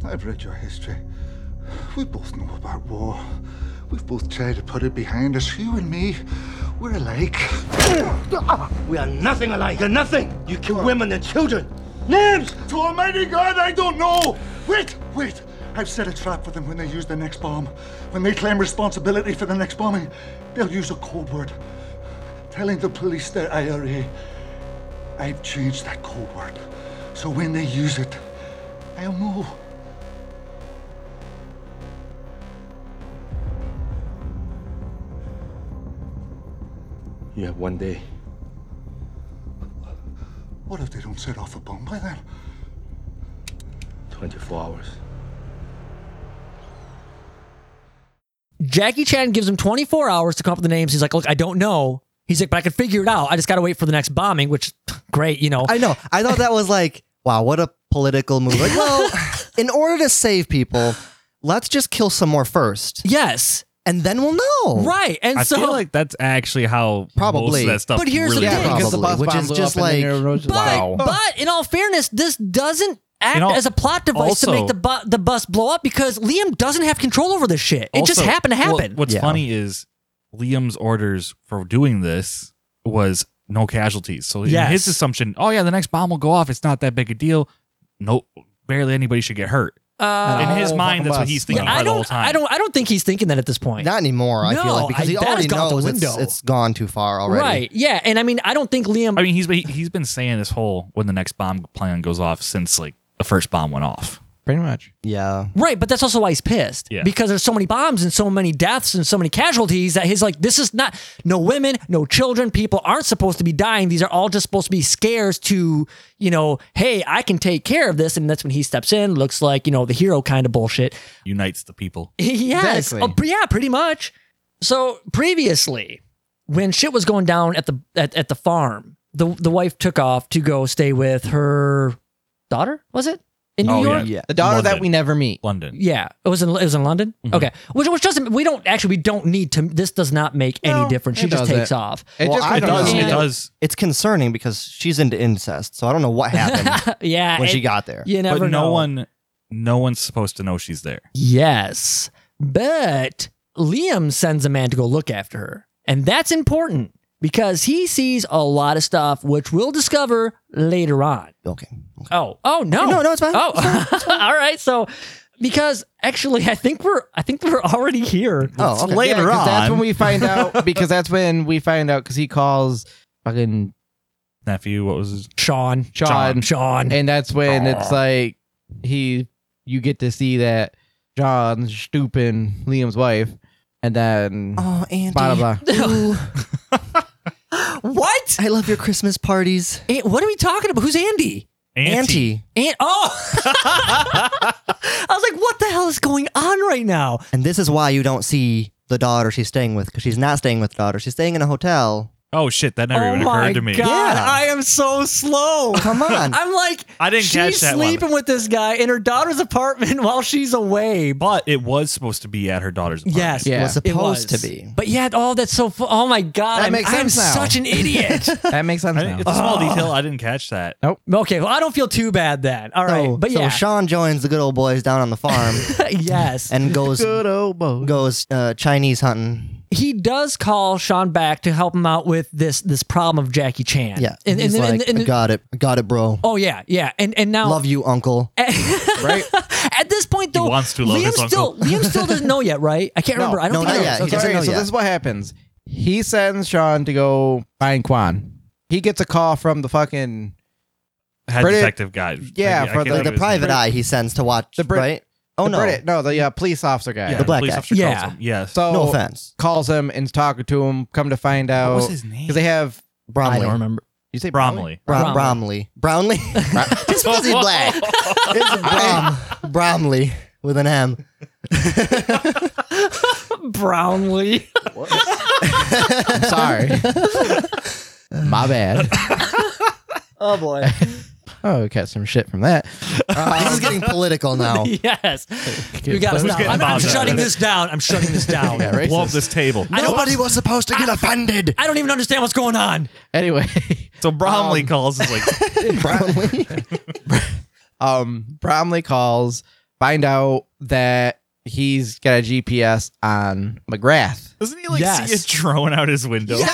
E: I've read your history. We both know about war. We've both tried to put it behind us. You and me, we're alike.
B: We are nothing alike. You're nothing. You kill women and children. Names!
E: To Almighty God, I don't know! Wait, wait! I've set a trap for them when they use the next bomb. When they claim responsibility for the next bombing, they'll use a code word. Telling the police they're IRA. I've changed that code word. So when they use it, I'll know.
J: You have one day.
E: What if they don't set off a bomb by then?
J: 24 hours.
A: Jackie Chan gives him 24 hours to come up with the names. He's like, look, I don't know. He's like, but I can figure it out. I just got to wait for the next bombing, which great, you know.
G: I know. I thought that was like, wow, what a political move. Like, well, in order to save people, let's just kill some more first.
A: Yes.
G: And then we'll know.
A: Right. And
C: I
A: so
C: feel like that's actually how most
G: Probably.
C: of that stuff.
A: But here's the
C: really
A: thing,
C: works.
H: 'cause the bus
G: which
H: bomb
G: is
H: blew
G: just
H: up and then
G: like-
H: they wrote-
A: but,
H: wow.
A: but in all fairness, this doesn't act
C: all-
A: as a plot device to
C: also-
A: make the bu- the bus blow up because Liam doesn't have control over this shit. It just
C: Also,
A: happened to
C: well,
A: happen.
C: what's funny is Liam's orders for doing this was no casualties. So in
A: Yes.
C: his assumption, oh yeah, the next bomb will go off. It's not that big a deal. No, barely anybody should get hurt.
A: Uh,
C: in his
H: Oh,
C: mind,
H: fucking
C: that's what
H: bus.
C: he's
A: yeah,
C: thinking
A: I
C: about the whole
A: don't.
C: time.
A: I don't. I don't think he's thinking that at this point.
G: Not anymore, I feel
A: No,
G: like, because
A: I-
G: he
A: that has
G: already
A: gone out the
G: knows it's,
A: window.
G: it's gone too far already.
A: Right. Yeah. And I mean, I don't think Liam.
C: I mean, he's he, he's been saying this whole when the next bomb plan goes off since like the first bomb went off.
H: Pretty much.
G: Yeah.
A: Right, but that's also why he's pissed.
C: Yeah.
A: Because there's so many bombs and so many deaths and so many casualties that he's like, this is not no women, no children, people aren't supposed to be dying. These are all just supposed to be scares to, you know, hey, I can take care of this. And that's when he steps in, looks like, you know, the hero kind of bullshit.
C: Unites the people.
A: yes.
H: Exactly.
A: Oh, pre- yeah, pretty much. So previously, when shit was going down at the at, at the farm, the the wife took off to go stay with her daughter, was it? In New
C: Oh,
A: York?
C: Yeah.
H: The daughter that
C: London.
H: we never meet.
C: London.
A: Yeah, it was in it was in London. Okay, which which doesn't we don't actually we don't need to. This does not make any
H: No,
A: difference. She
H: it
A: just
H: doesn't.
A: takes off.
H: It
G: Well,
H: just
G: I
C: It
G: don't
C: does.
G: know.
C: It does.
G: It's concerning because she's into incest, so I don't know what happened
A: yeah,
G: when
A: it-
G: she got there.
A: you never
C: But
A: know.
C: no one, no one's supposed to know she's there.
A: Yes, but Liam sends a man to go look after her, and that's important because he sees a lot of stuff, which we'll discover later on.
G: Okay.
A: Oh, oh no,
G: No, no, it's fine.
A: Oh, all right. So, because actually, I think we're I think we're already here.
G: Oh, okay.
C: Later
H: 'cause That's
C: on.
H: when we find out because that's when we find out because he calls fucking
C: Nephew, what was his?
A: Sean,
H: Sean,
A: Sean.
H: and that's when it's like he
G: you get to see that John stooping Liam's wife, and then
P: oh, Andy.
G: blah blah. blah.
A: What?
P: I love your Christmas parties.
A: what are we talking about? Who's Andy?
P: Auntie.
A: Aunt. Oh, I was like, what the hell is going on right now?
P: And this is why you don't see the daughter she's staying with because she's not staying with the daughter. She's staying in a hotel.
C: Oh shit, that never
A: oh
C: even
A: my
C: occurred to me.
A: god, I am so slow.
P: Come on.
A: I'm like,
C: I didn't
A: she's
C: catch that one.
A: sleeping with this guy in her daughter's apartment while she's away.
C: But it was supposed to be at her daughter's apartment.
A: Yes,
P: Yeah. was
A: it
P: supposed
A: was.
P: to be.
A: But yeah, oh, that's so. Fu- oh my god,
P: That
A: I'm,
P: makes
A: I'm
P: sense now.
A: such an idiot.
G: That makes sense
C: I didn't-
G: now.
C: it's a small detail. I didn't catch that.
A: okay, well, I don't feel too bad then. All right,
P: So,
A: but
P: oh, so
A: yeah,
P: Sean joins the good old boys down on the farm
A: yes,
P: and goes
G: Good old boy.
P: goes uh, Chinese hunting.
A: he does call Sean back to help him out with this this problem of Jackie Chan.
P: Yeah,
A: and, and,
P: he's
A: and-
P: like,
A: and-
P: "I got it, I got it, bro.
A: oh yeah, yeah, and and now
P: Love you, uncle.
G: right?
A: at this point though,
C: wants to love
A: Liam
C: his
A: still
C: uncle.
A: Liam still doesn't know yet, right? I can't remember. I don't
P: no,
A: think
P: not
A: I
P: yet.
A: know.
P: He doesn't
G: Alright,
P: know
G: so
P: yet.
G: this is what happens. He sends Sean to go find Quan. He gets a call from the fucking
C: Head
G: Pretty-
C: detective guy.
G: Yeah,
C: I can't
G: for
C: think
G: the-
C: of
P: the
C: his
P: private
C: name.
P: eye he sends to watch,
G: The Brit-
P: right? Oh
G: the
P: no,
G: Brit- no, the uh, police officer guy.
C: Yeah,
P: the black
C: police
P: guy.
C: officer calls
A: Yeah.
C: him. Yes.
G: So
P: no offense,
G: calls him and is talking to him. Come to find out,
C: was his name?
G: Because they have
P: Bromley.
A: remember.
G: you say
C: Bromley.
P: Bro- Bromley. Brownlee. Just because he's black. It's Brom. Bromley with an M.
A: Brownlee.
G: I'm sorry, my bad.
P: Oh boy,
G: Oh, we got some shit from that.
P: this is getting political now.
A: yes. We got to
G: Who's
A: stop.
C: getting
A: I'm, I'm
C: bothered?
A: shutting this down. I'm shutting this down.
G: Yeah, right?
C: Blow up this table.
P: Nobody was supposed to get offended.
A: I don't even understand what's going on.
G: Anyway,
C: So Bromley calls is like
P: Bromley.
G: um, Bromley calls, find out that he's got a GPS on McGrath.
C: Doesn't he like
A: Yes.
C: see a drone out his window?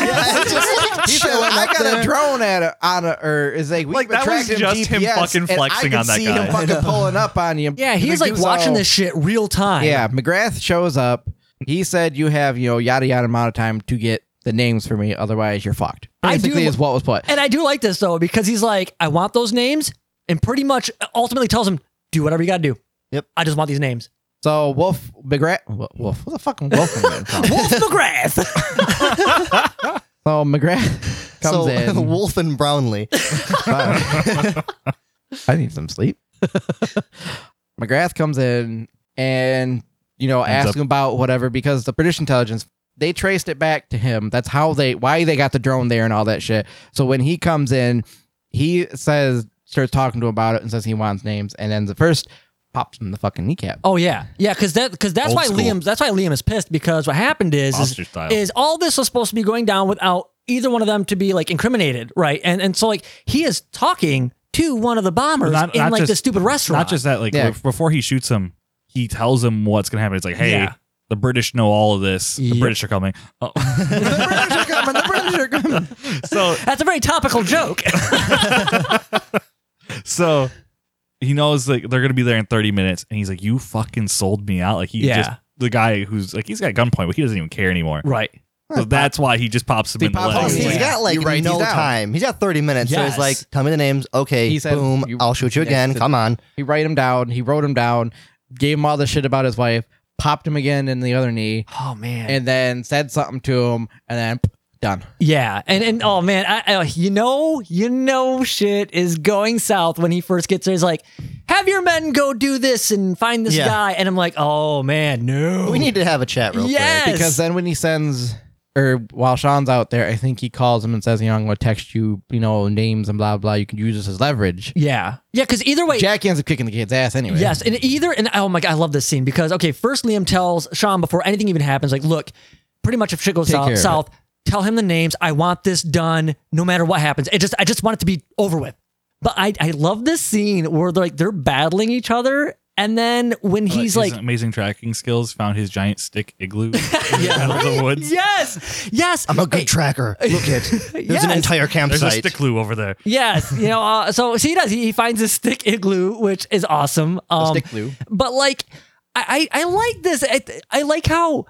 G: He said, "Well, I got a drone at a, on a, or is like, we
C: Like, that was
G: tracked him
C: just him
G: GPS,
C: fucking
G: and I
C: flexing
G: could
C: on that
G: see
C: guy.
G: Him fucking pulling up on you.
A: Yeah, he's
G: The
A: like
G: dude's
A: watching
P: Oh.
G: all-
A: this shit real time.
G: Yeah, McGrath shows up. He said, "You have you know yada yada amount of time to get the names for me, otherwise you're fucked."
A: I do-
G: Basically, is what was put.
A: And I do like this though because he's like, I want those names, and pretty much ultimately tells him, do whatever you got to do.
P: Yep.
A: I just want these names.
G: So Wolf McGrath, Wolf, Wolf what the fucking Wolf? am I in from?
A: Wolf McGrath.
G: so McGrath comes
P: so
G: in.
P: Wolf and Brownlee.
G: Wow. I need some sleep. McGrath comes in and, you know,
C: Ends
G: asks him about whatever because the British intelligence, they traced it back to him. That's how they, why they got the drone there and all that shit. So when he comes in, he says, starts talking to him about it and says he wants names. And then the first pops him in the fucking kneecap.
A: Oh yeah, yeah, because that because that's
C: Old
A: why
C: school.
A: Liam that's why Liam is pissed because what happened is is,
C: Foster style.
A: is all this was supposed to be going down without either one of them to be like incriminated, right? And and so like he is talking to one of the bombers
C: Not-
A: in
C: not
A: like
C: just-
A: the stupid restaurant.
C: Not just that, like
G: Yeah.
C: bef- before he shoots him, he tells him what's gonna happen. It's like, hey,
A: Yeah.
C: the British know all of this. The
A: Yep.
C: British are coming. Oh.
G: the British are coming. The British are coming.
C: so
A: that's a very topical joke.
C: so he knows like they're gonna be there in 30 minutes, and he's like, You fucking sold me out. Like he
A: Yeah.
C: just the guy who's like he's got gunpoint, but he doesn't even care anymore.
A: right.
C: So that's why he just pops him
G: He
C: in the
G: pops
C: leg.
G: him
P: Oh,
G: in
P: see,
G: yeah.
P: he's got like
G: You're right,
P: no
G: he's out.
P: time. He's got 30 minutes. So
A: Yes.
P: he's like, tell me the names. Okay,
G: He said,
P: boom.
G: you-
P: I'll shoot you again.
G: Yes.
P: Come on.
G: He write him down. He wrote him down, gave him all the shit about his wife, popped him again in the other knee.
A: Oh man.
G: and then said something to him, and then p- done.
A: yeah, and and oh man, I, I, you know you know shit is going south when he first gets there. He's like, have your men go do this and find this
P: Yeah.
A: guy, and I'm like, oh man, no.
P: We need to have a chat real
A: Yes.
P: quick.
G: Because then when he sends, or while Sean's out there, I think he calls him and says, "You know, I'm gonna text you, you know, names and blah blah. You can use this as leverage."
A: yeah, yeah, because either way,
G: Jackie ends up kicking the kid's ass anyway.
A: Yes, and either and oh my god, I love this scene because okay, first Liam tells Sean before anything even happens, like, look, pretty much if shit goes
G: Take care
A: south,
G: of it.
A: south, tell him the names. I want this done, no matter what happens. It just I just want it to be over with. But I I love this scene where they're like they're battling each other, and then when
C: But
A: he's
C: his
A: like.
C: amazing tracking skills. Found his giant stick igloo out of the woods.
A: Yes, yes.
P: I'm a good
A: Hey,
P: tracker. Look at there's an
A: Yes.
P: entire
C: There's a
P: campsite.
C: stick glue over there.
A: Yes, you know. Uh, so, so he does. He, he finds his stick igloo, which is awesome. Um,
G: stick glue.
A: But like, I I, I like this. I, I like how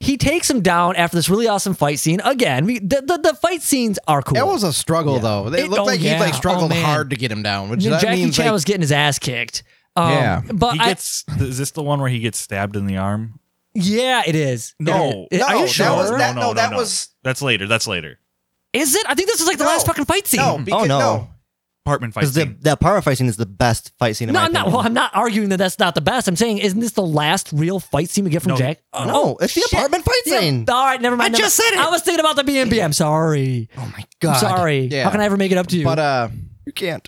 A: he takes him down after this really awesome fight scene. Again, we the the, the fight scenes are cool.
G: That was a struggle though. It,
A: It-
G: looked
A: oh,
G: like
A: yeah.
G: he like
A: Oh,
G: struggled
A: man.
G: hard to get him down, which that
A: Jackie
G: means
A: Chan
G: like,
A: was getting his ass kicked. Um,
C: yeah,
A: but
C: he
A: I-
C: gets. is this the one where he gets stabbed in the arm?
A: Yeah, it is.
C: No,
A: It- it- are you sure?
C: No, no, no, no, no. that's later. That's later.
A: Is it? I think this is like the last fucking fight scene.
G: oh no,
C: apartment fight
G: because the that apartment fight scene is the best fight scene. In
A: No,
G: my
A: I'm not.
G: opinion.
A: Well, I'm not arguing that that's not the best. I'm saying, isn't this the last real fight scene we get from
G: No. Oh,
A: Jack?
G: No, it's the apartment fight
A: Yeah,
G: scene.
A: All right, never mind.
G: I
A: never-
G: just said it.
A: I was thinking about the BNB. I'm sorry. Oh my
G: God.
A: I'm sorry.
H: Yeah.
A: How can I ever make it up to you?
H: But uh,
G: you can't.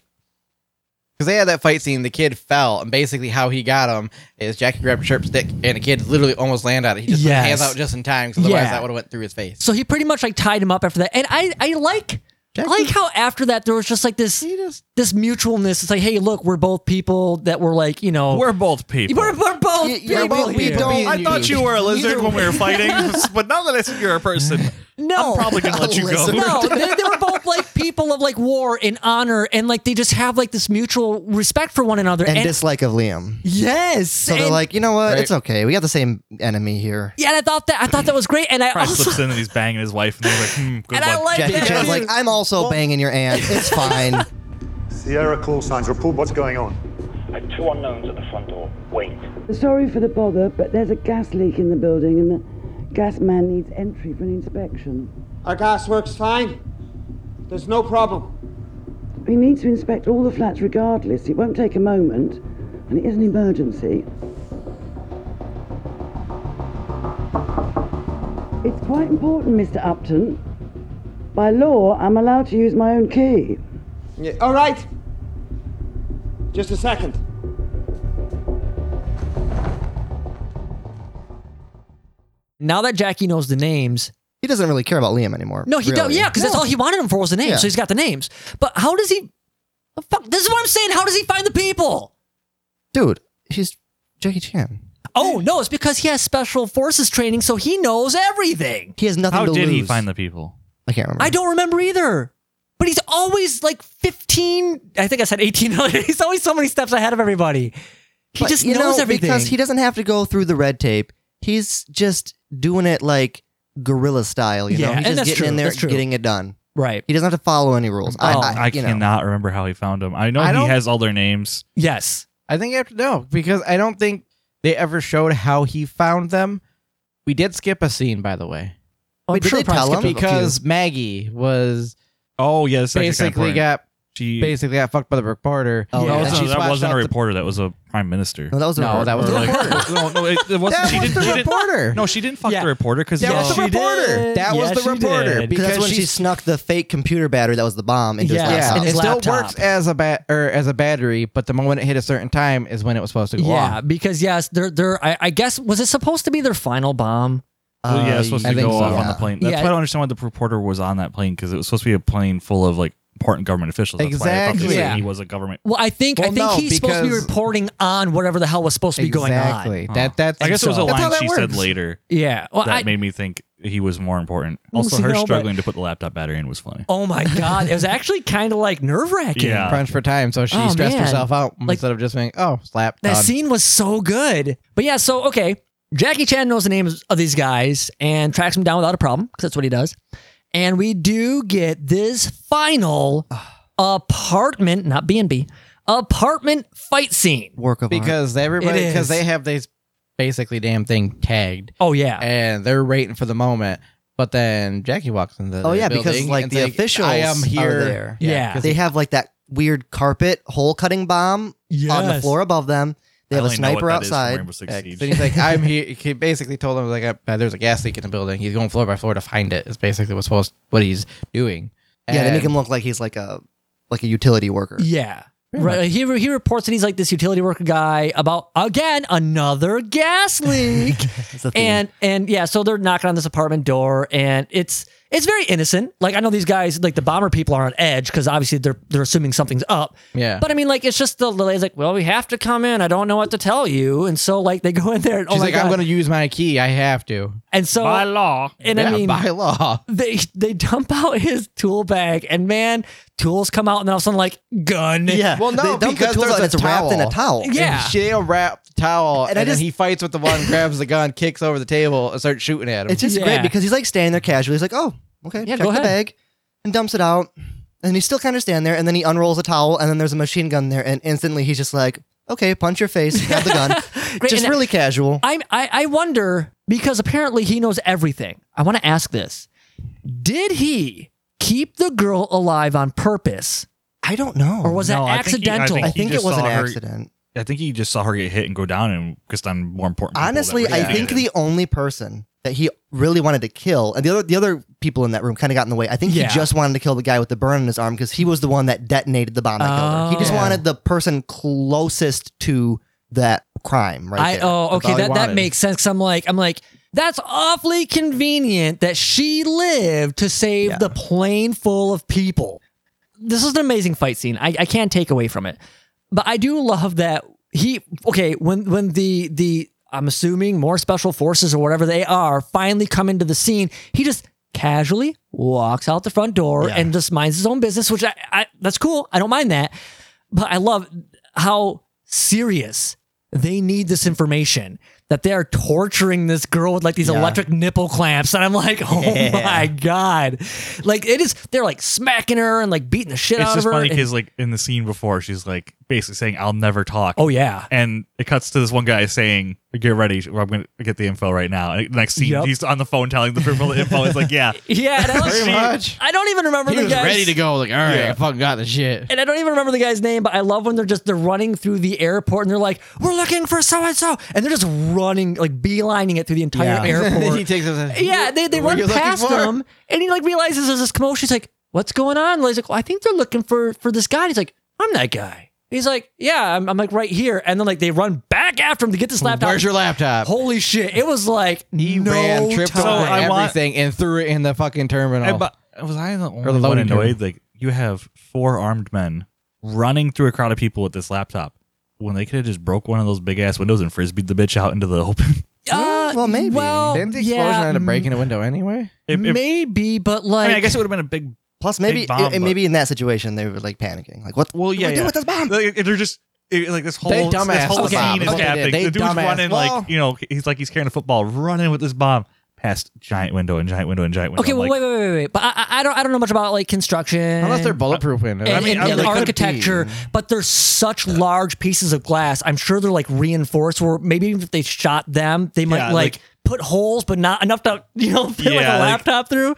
H: Because they had that fight scene, the kid fell, and basically how he got him is Jackie grabbed a sharp stick, and the kid literally almost landed on it. He just put his
A: Yes.
H: hands out just in time, 'cause otherwise
A: Yeah.
H: that would have went through his face.
A: so he pretty much like tied him up after that, and I I like. I like how after that there was just like this this mutualness. It's like, hey, look, we're both people that were like, you know,
C: We're both people.
A: We're, we're both.
G: you're
A: people
G: both
A: here.
G: people.
C: I thought you were a lizard when we were fighting, but now that I see you're a person,
A: No,
C: I'm probably gonna let you go.
A: No, they, they were both like people of like war and honor, and like they just have like this mutual respect for one another.
G: and, dislike of Liam.
A: yes,
G: So they're
A: and-
G: like, you know what? It's okay. We got the same enemy here.
A: yeah, and I thought that I thought that was great, and I
C: Probably
A: also
C: slips in and he's banging his wife, and he's like, hmm, good
A: And I
C: luck.
A: like
G: Jackie
A: that.
G: Chan's like, I'm also banging your aunt. It's fine.
O: Sierra call signs. Report what's going on.
Q: Two unknowns at the front door. Wait.
P: Sorry for the bother, but there's a gas leak in the building and the gas man needs entry for an inspection.
R: Our gas works fine. There's no problem.
P: He needs to inspect all the flats regardless. It won't take a moment, and it is an emergency. It's quite important, Mr. Upton. By law, I'm allowed to use my own key.
R: Yeah, all right. Just a second.
A: now that Jackie knows the names,
G: he doesn't really care about Liam anymore.
A: No, he
G: really.
A: don't. Yeah, because that's all he wanted him for was the names.
G: Yeah.
A: So he's got the names. But how does he? the Fuck. This is what I'm saying. How does he find the people?
G: Dude, he's Jackie Chan.
A: Oh no, it's because he has special forces training, so he knows everything.
G: He has nothing
C: How
G: to
C: did
G: lose.
C: he find the people?
G: I can't remember.
A: I don't remember either. But he's always like 15. I think I said 18. he's always so many steps ahead of everybody. He
G: But,
A: just
G: you
A: knows
G: know,
A: everything.
G: because he doesn't have to go through the red tape. He's just doing it like guerrilla style. You
A: Yeah,
G: know, he's
A: and
G: just
A: that's
G: getting
A: true,
G: in there,
A: that's true.
G: getting it done.
A: Right.
G: He doesn't have to follow any rules. I,
C: Oh,
G: I,
C: I
G: you know.
C: cannot remember how he found them. I know
H: I
C: he
H: don't-
C: has all their names.
A: Yes.
H: I think you have to know because I don't think they ever showed how he found them. We did skip a scene, by the way.
A: Wait, did they tell him?
H: because Maggie was
C: Oh yes,
H: basically got
C: she
H: basically got fucked by the reporter.
C: Oh, that
H: And she
C: wasn't, that
H: swatched
C: wasn't
H: out
C: a
H: the-
C: reporter. that was a prime minister.
G: No, that was a
H: No, that was
C: Or
H: a
C: like-
H: reporter.
C: no, no, it, it wasn't.
H: That
C: she
H: was
C: didn't.
H: the
C: she didn't-
H: reporter.
C: no, she didn't fuck
H: Yeah.
C: the reporter because
H: That was the reporter. That was the reporter.
G: Because that's when she snuck the fake computer battery that was the bomb into his laptop.
H: it still works as a bat or as a battery, but the moment it hit a certain time is when it was supposed to go
A: yeah,
H: off.
A: because yes, they're they're. I, I guess was it supposed to be their final bomb?
C: Well, yeah, it's supposed to
H: I
C: go
H: think so,
C: off on
H: yeah.
C: the plane. That's
A: Yeah.
C: why I don't understand why the reporter was on that plane because it was supposed to be a plane full of like important government officials. That's why I thought they
H: Exactly.
C: said
H: Yeah.
C: he was a government.
A: Well, I think I
H: Well,
A: think
H: no,
A: he's supposed to be
H: because-
A: reporting on whatever the hell was supposed to be going on.
H: Exactly. That that's
C: I guess it was a
H: so-
C: line she said later.
A: Yeah. Well,
C: that
A: I-
C: made me think he was more important.
A: Well,
C: Also,
A: see,
C: her
A: no, but-
C: struggling to put the laptop battery in was funny.
A: Oh my god, it was actually kind of like nerve wracking.
C: Yeah.
H: crunch for time, so she
A: Oh,
H: stressed
A: man.
H: herself out
A: Like-
H: instead of just saying, "Oh, slap."
A: That
H: done."
A: scene was so good. Um, But yeah, so okay, Jackie Chan knows the names of these guys and tracks them down without a problem because that's what he does. And we do get this final apartment, not B and B, apartment fight scene.
G: Work of
H: because everybody
A: It
H: because
A: is.
H: they have these basically damn thing tagged.
A: Oh yeah,
H: and they're waiting for the moment. But then Jackie walks in the
G: Oh yeah,
H: building
G: because like
H: and
G: the
H: it's
G: officials
H: I am here.
G: are there.
H: Yeah, 'cause
G: they
H: he-
G: have like that weird carpet hole cutting bomb on the
H: Yes.
G: floor above them. They
H: I
G: have a
H: only know what
G: sniper
H: that is from
G: outside.
H: Rainbow Six Siege. Then he's like, "I'm here." He basically told him like, uh, "There's a gas leak in the building." He's going floor by floor to find it. Is basically what's supposed what he's doing.
G: yeah, they make
H: And-
G: him look like he's like a like a utility worker.
A: Yeah.
G: Pretty
A: Right. He, he reports that he's like this utility worker guy about again another gas leak,
G: a theme.
A: and and yeah, so they're knocking on this apartment door, and it's it's very innocent. Like I know these guys, like the bomber people, are on edge because obviously they're they're assuming something's up.
H: Yeah.
A: But I mean, like it's just the it's like, well, we have to come in. I don't know what to tell you, and so like they go in there. And, oh
H: She's
A: my
H: like,
A: god!
H: "I'm going to use my key. I have to."
A: and so
H: By law.
A: and I
H: Yeah,
A: mean
H: by law.
A: they they dump out his tool bag, and man, tools come out, and then all of a sudden like gun.
G: Yeah.
H: Well, no,
G: They dump the
H: because
G: tools
H: there's
G: out,
H: a
G: it's wrapped in a towel.
H: And
A: Yeah.
H: she'll wrap the towel,
G: And
H: and,
G: I
H: then
G: just-
H: he fights with the one, grabs the gun, kicks over the table, and starts shooting at him.
G: It's just great because he's like standing there casually. He's like, oh, okay,
A: Yeah,
G: check
A: go
G: the
A: ahead.
G: bag, and dumps it out. And he's still kind of standing there. And then he unrolls a towel, and then there's a machine gun there. And instantly he's just like, okay, punch your face, grab the gun. Just
A: and-
G: really casual.
A: I'm, I, I wonder because apparently he knows everything. I want to ask this: Did he keep the girl alive on purpose?
G: I don't know.
A: Or was
C: Oh, No,
A: that
C: I think he-
A: accidental?
C: he just saw her- I think he just saw her get hit and go down, and because I'm more important. people that
G: Honestly,
C: were
G: I
C: defeated.
G: think the only person that he really wanted to kill, and the other the other people in that room kind of got in the way. I think
A: Yeah.
G: he just wanted to kill the guy with the burn in his arm because he was the one that detonated the bomb. That killed her. He just
A: Oh.
G: wanted the person closest to that crime, right?
A: I
G: there.
A: oh
G: That's all
A: okay
G: he
A: that, that
G: wanted.
A: makes sense. 'Cause I'm like I'm like that's awfully convenient that she lived to save the plane full of people. This is an amazing fight scene. I, I can't take away from it, but I do love that he okay when when the the I'm assuming more special forces or whatever they are finally come into the scene. He just casually walks out the front door and just minds his own business, which I, I that's cool. I don't mind that, but I love how serious they need this information that they are torturing this girl with like these
S: Yeah.
A: electric nipple clamps and i'm like oh
C: Yeah.
A: my god like it is they're like smacking her and like beating the shit
C: it's
A: out
C: just
A: of her
C: funny
A: and-
C: because like in the scene before she's like basically saying i'll never talk
A: Oh, yeah.
C: and it cuts to this one guy saying get ready i'm gonna get the info right now and next scene
A: Yep.
C: he's on the phone telling the people the info it's like yeah
A: yeah and I was-
C: Pretty much.
A: i don't even remember
H: He
A: the
H: was
A: guy's-
H: ready to go. Like, all right,
C: Yeah.
H: I fucking got the shit.
A: and I don't even remember the guy's name, but I love when they're just they're running through the airport and they're like, "We're looking for so and so," and they're just running like beelining it through the entire airport.
H: he takes us.
A: yeah, they, they
H: What
A: run
H: are you looking
A: past
H: for?
A: him, and he like realizes there's this commotion. He's like, "What's going on?" He's like, well, "I think they're looking for for this guy." He's like, "I'm that guy." He's like, "Yeah, I'm, I'm like right here," and then like they run back after him to get this laptop.
H: Where's your laptop?
A: Holy shit! It was like he no
H: Ran, tripped
A: time.
H: over everything, and threw it in the fucking terminal.
C: Hey, but was I the
H: or the
C: one
H: loading
C: annoyed
H: terminal.
C: like you have four armed men running through a crowd of people with this laptop when they could have just broke one of those big ass windows and frisbeed the bitch out into the open
A: Uh, well, maybe. Well,
H: Didn't the explosion
A: yeah,
H: end up breaking a window anyway?
C: If- if-
A: maybe, but like
C: I, mean, I guess it would have been a big
G: Plus, maybe
C: big bomb,
G: and
C: but-
G: maybe in that situation they were like panicking, like what?
C: Well, yeah,
G: do we do
C: yeah.
G: with this bomb?
C: Like, they're just it- like this whole,
G: They
C: this
G: dumbass
C: whole
G: the bomb.
C: scene is
G: Okay, they
C: happening.
G: did. They
C: the dude's
G: dumbass.
C: running
G: Well-
C: like you know he's like he's carrying a football, running with this bomb past giant window and giant window and giant window.
A: Okay,
C: I'm
A: well,
C: like,
A: wait, wait, wait, wait. But I, I- I don't, I don't know much about like construction,
H: Unless they're bulletproof windows.
A: and, and- and
H: they could
A: architecture.
H: be.
A: But they're such large pieces of glass. I'm sure they're like reinforced. Where maybe even if they shot them, they might
C: Yeah,
A: like,
C: like-
A: put holes, but not enough to you know fit like a
C: Yeah, like-
A: laptop through.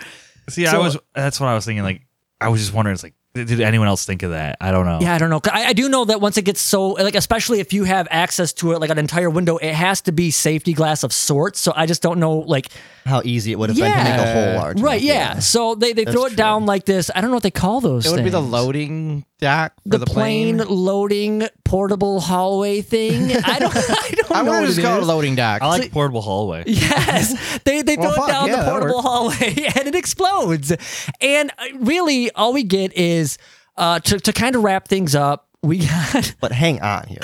C: see, I
A: So-
C: was that's what I was thinking. Like I was just wondering, it's like did did anyone else think of that? I don't know.
A: Yeah, I don't know. 'Cause I, I do know that once it gets so like, especially if you have access to it, like an entire window, it has to be safety glass of sorts. So I just don't know, like
G: How easy it would have been to make a hole large.
A: right? Yeah. So they, they throw it
G: That's true.
A: down like this. I don't know what they call those.
H: It would be the
A: things.
H: loading dock for the,
A: the plane, loading portable hallway thing. I don't. I don't
H: I
A: know.
H: want
A: what
H: to just
A: it
H: call it
A: is.
H: loading dock.
C: I like portable hallway.
A: Yes, they they
H: Well,
A: throw
H: fuck,
A: it down
H: yeah,
A: the
H: that
A: portable
H: works.
A: hallway and it explodes. And uh, really, all we get is uh, to to kind of wrap things up. We got
G: But hang on here.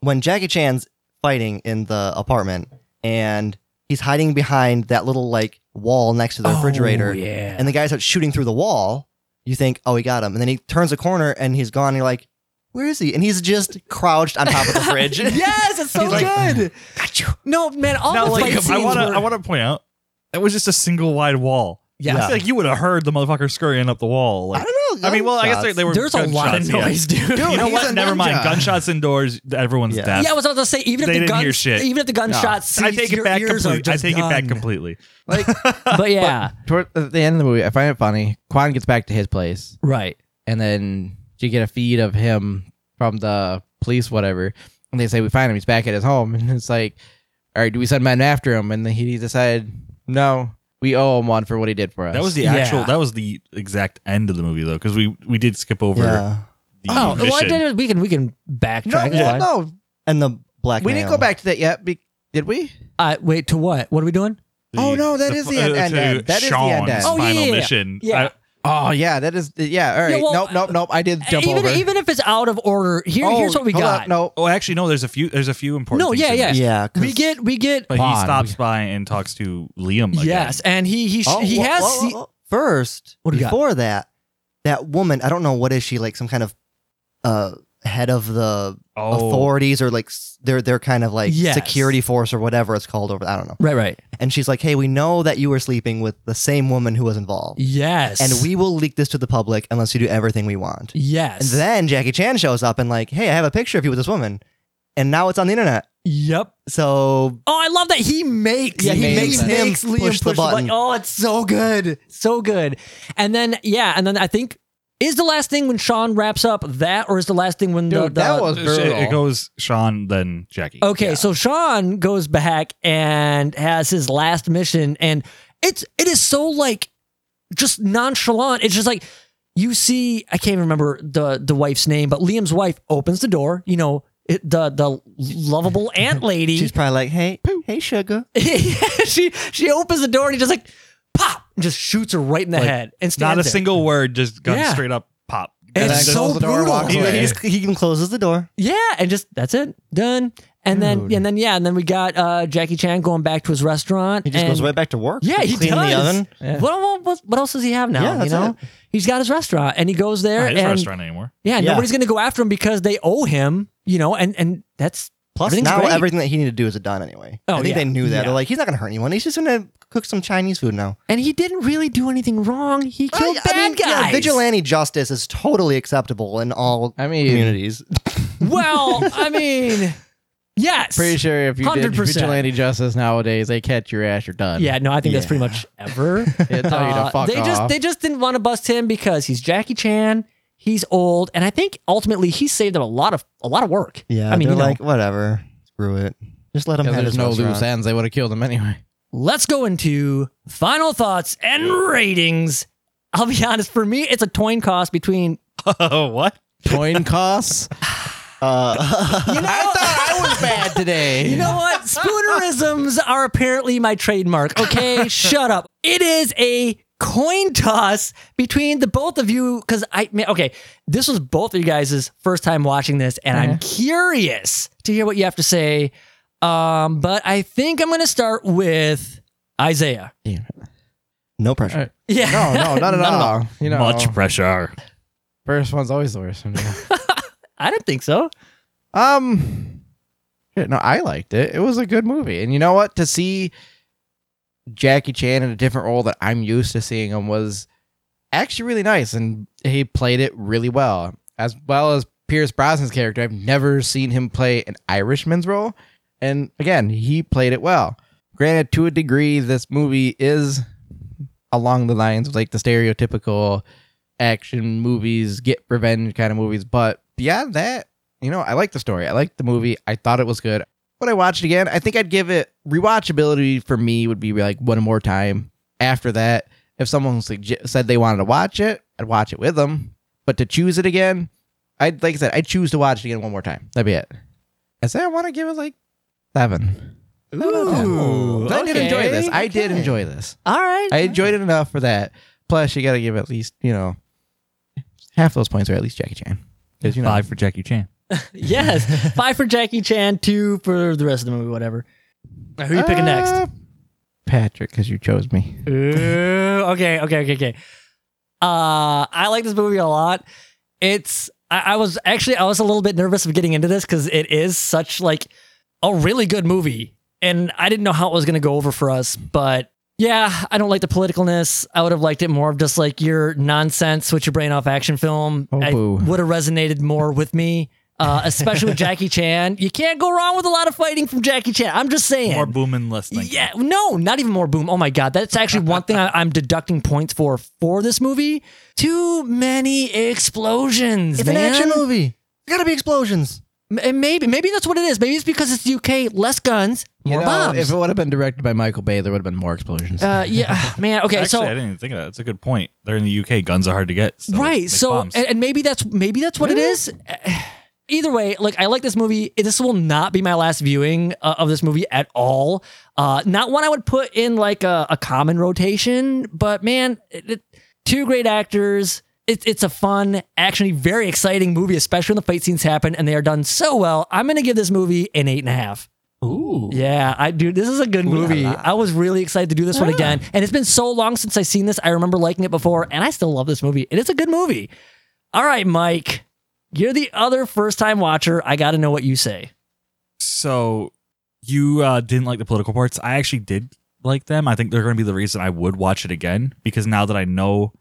G: When Jackie Chan's fighting in the apartment and he's hiding behind that little like wall next to the refrigerator,
A: yeah.
G: and the guy starts shooting through the wall, you think, oh, he got him. And then he turns a corner and he's gone. And you're like, where is he? And he's just crouched on top of the fridge.
A: yes, it's so
G: He's like,
A: good. Got you. No man, all
C: Now,
A: the
C: like,
A: fight
C: I
A: scenes
C: want to
A: were-
C: I want to point out that was just a single wide wall.
A: Yeah.
C: I feel like you would have heard the motherfucker scurrying up the wall. Like,
G: I don't know.
C: I mean, well, I guess they,
G: gunshots.
C: they were.
A: There's a lot of
C: gunshots, yeah.
A: noise, dude.
C: you know
A: he's
C: what?
A: a
C: Never mind.
A: ninja.
C: Gunshots indoors. Everyone's deaf.
A: Yeah, I was about to say even
C: They
A: if the
C: didn't
A: gun,
C: hear shit.
A: even if the gunshots,
C: I take it back completely. I take it back completely.
A: But yeah,
H: Toward uh, the the end of the movie, I find it funny. Quan gets back to his place,
A: right.
H: and then you get a feed of him from the police, whatever. And they say we find him. He's back at his home, and it's like, all right, do we send men after him? And then he decided, no, we owe him one for what he did for us.
C: That was the actual. That was the exact end of the movie, though, because we we did skip over.
G: Yeah.
C: The
A: Oh, well, I
C: E mission.
A: did it- we can we can backtrack.
H: no,
A: Why?
H: well, no,
G: And the black
H: we didn't
G: male.
H: go back to that yet. Be- did we?
A: Uh, wait, to what? What are we doing?
H: oh no, that
C: the-
H: is the end.
C: uh,
H: end,
C: to
H: end. That is the end.
C: Sean's
H: end.
A: Oh, yeah,
C: final
A: yeah, yeah.
C: mission.
A: Yeah.
C: I-
H: Oh yeah, that is yeah. All right,
A: well, uh,
H: nope, nope, nope. I did jump
A: even
H: over.
A: even if it's out of order, here
H: Oh,
A: here's what we
H: hold
A: got.
H: up, no,
C: oh, actually, no. There's a few. There's a few important.
A: No,
C: things
A: yeah,
C: in
A: yeah,
C: this.
G: Yeah, 'cause-
A: We get, we get.
C: But he
H: Bond.
C: stops by and talks to Liam. Again.
A: Yes, and he he sh-
G: Oh,
A: he
G: whoa,
A: has.
G: whoa,
A: he-
G: whoa. first
A: What do you got?
G: before that that woman i don't know what is she like some kind of uh head of the
C: Oh.
G: authorities or like s- they're they're kind of like
A: Yes.
G: security force or whatever it's called over i don't know
A: Right, right.
G: and she's like hey we know that you were sleeping with the same woman who was involved
A: Yes,
G: and we will leak this to the public unless you do everything we want
A: Yes,
G: and then jackie chan shows up and like hey i have a picture of you with this woman and now it's on the internet.
C: Yep.
G: So
A: Oh, I love that he makes.
G: Yeah, he makes him push the button.
A: Oh, it's so good, so good. And then yeah, and then I think is the last thing when Sean wraps up that, or is the last thing when the,
H: Dude, that
A: the-
H: was brutal.
C: It goes Sean, then Jackie.
A: Okay, so Sean goes back and has his last mission, and it's it is so like just nonchalant. It's just like you see, I can't even remember the the wife's name, but Liam's wife opens the door. You know, it, the the lovable aunt lady.
G: She's probably like, hey, hey, sugar.
A: she she opens the door and he just like pop, and just shoots her right in the
C: Like,
A: head, and stands
C: not a
A: there.
C: single word, just gun
A: Yeah.
C: straight up pop.
A: And it's
C: then
A: so
C: close the door,
A: brutal.
C: walk
G: He,
C: away.
G: he just, he even closes the door.
A: Yeah, and just that's it, done. And then and then yeah, and then we got uh, Jackie Chan going back to his restaurant.
G: He just
A: and-
G: goes right back to work.
A: Yeah, he
G: Clean
A: does.
G: the oven.
A: What, what, what else does he have now?
G: Yeah, that's
A: you know, he's got his restaurant, and he goes there.
C: Not Ah, his
A: and,
C: restaurant anymore.
A: Yeah,
G: Yeah.
A: nobody's gonna go after him because they owe him. You know, and and that's
G: Plus,
A: everything's
G: now
A: great.
G: everything that he needed to do is done anyway.
A: Oh,
G: I think
A: yeah.
G: they knew that.
A: Yeah.
G: They're like, he's not going to hurt anyone. He's just going to cook some Chinese food now.
A: and he didn't really do anything wrong. He killed
G: I-
A: bad
G: I mean, yeah,
A: guys.
G: vigilante justice is totally acceptable in all
H: I mean,
G: communities.
A: Well, I mean, yes,
H: pretty sure if you did
A: 100%.
H: vigilante justice nowadays, they catch your ass, you're done.
A: Yeah, no, I think that's
H: Yeah.
A: pretty much ever.
H: They tell you to
A: Uh,
H: fuck
A: they just
H: off.
A: they just didn't want to bust him because he's Jackie Chan. He's old, and I think ultimately he saved them a lot of a lot of work.
G: Yeah,
A: I mean,
G: they're
A: you know,
G: like, whatever. Screw it. Just let him
H: Yeah,
G: have his
H: there's no
G: restaurant.
H: loose ends. They would have killed him anyway.
A: let's go into final thoughts and ratings. I'll be honest, for me, it's a coin cost between.
C: Oh, what?
H: Coin costs.
A: You know,
H: I was bad today.
A: you know what? Spoonerisms are apparently my trademark. Okay, shut up. It is a coin toss between the both of you because I man, okay, this was both of you guys' first time watching this, and
H: Uh-huh.
A: I'm curious to hear what you have to say. Um, but I think I'm gonna start with Isaiah.
G: No pressure.
H: Alright.
A: Yeah.
H: No, no, not at
A: None of
H: all. You know,
C: Much pressure.
H: first one's always the worst. one, yeah.
A: I don't think so.
H: Um, shit, no, I liked it. It was a good movie, and you know what? To see Jackie Chan in a different role that I'm used to seeing him was actually really nice, and he played it really well, as well as Pierce Brosnan's character. I've never seen him play an Irishman's role, and again, he played it well. Granted, to a degree, this movie is along the lines of like the stereotypical action movies, get revenge kind of movies. But beyond that, you know, I like the story. I like the movie. I thought it was good. When I watched it again, I think I'd give it rewatchability for me would be like one more time. After that, if someone sugge- said they wanted to watch it, I'd watch it with them. But to choose it again, I'd like I said, I'd choose to watch it again one more time. That'd be it. I say I want to give it like seven.
A: Ooh,
H: I did enjoy this. I did
G: okay.
H: enjoy this.
A: All right.
H: I enjoyed it enough for that. Plus, you got to give at least you know half those points are at least Jackie Chan because you know
C: Five for Jackie Chan.
A: yes. Five for Jackie Chan, two for the rest of the movie, whatever. All right, who are you picking next?
H: Uh, Patrick, because you chose me.
A: Ooh, okay, okay, okay, okay. Uh, I like this movie a lot. It's I, I was actually I was a little bit nervous of getting into this because it is such like a really good movie, and I didn't know how it was gonna go over for us. But yeah, I don't like the politicalness. I would have liked it more of just like your nonsense, switch your brain off action film.
H: Oh,
A: I
H: boo.
A: would have resonated more with me. Uh, especially with Jackie Chan, you can't go wrong with a lot of fighting from Jackie Chan. I'm just saying,
C: More boom and less thank
A: yeah, no, not even more boom. Oh my god, that's actually one thing I, I'm deducting points for for this movie. Too many explosions,
G: It's
A: man.
G: an action movie. There's got to be explosions.
A: M- and maybe maybe that's what it is. Maybe it's because it's UK, less guns,
H: You
A: more
H: know,
A: bombs.
H: If it would have been directed by Michael Bay, there would have been more explosions.
A: uh, yeah, man. Okay,
C: Actually,
A: so
C: I didn't even think of that. That's a good point. They're in the UK. Guns are hard to get. So
A: right
C: make
A: so
C: bombs.
A: and, and maybe that's maybe that's what it is either way like i like this movie this will not be my last viewing uh, of this movie at all uh not one i would put in like a, a common rotation but man it, it- two great actors it, it's a fun actually very exciting movie especially when the fight scenes happen and they are done so well i'm gonna give this movie an eight and a half
G: Ooh.
A: yeah, I dude, this is a good movie. I was really excited to do
H: Ah.
A: this one again, and it's been so long since I've seen this. I remember liking it before, and I still love this movie. It is a good movie. All right, Mike, you're the other first time watcher. I got to know what you say.
C: So you uh, didn't like the political parts. I actually did like them. I think they're going to be the reason I would watch it again because now that I know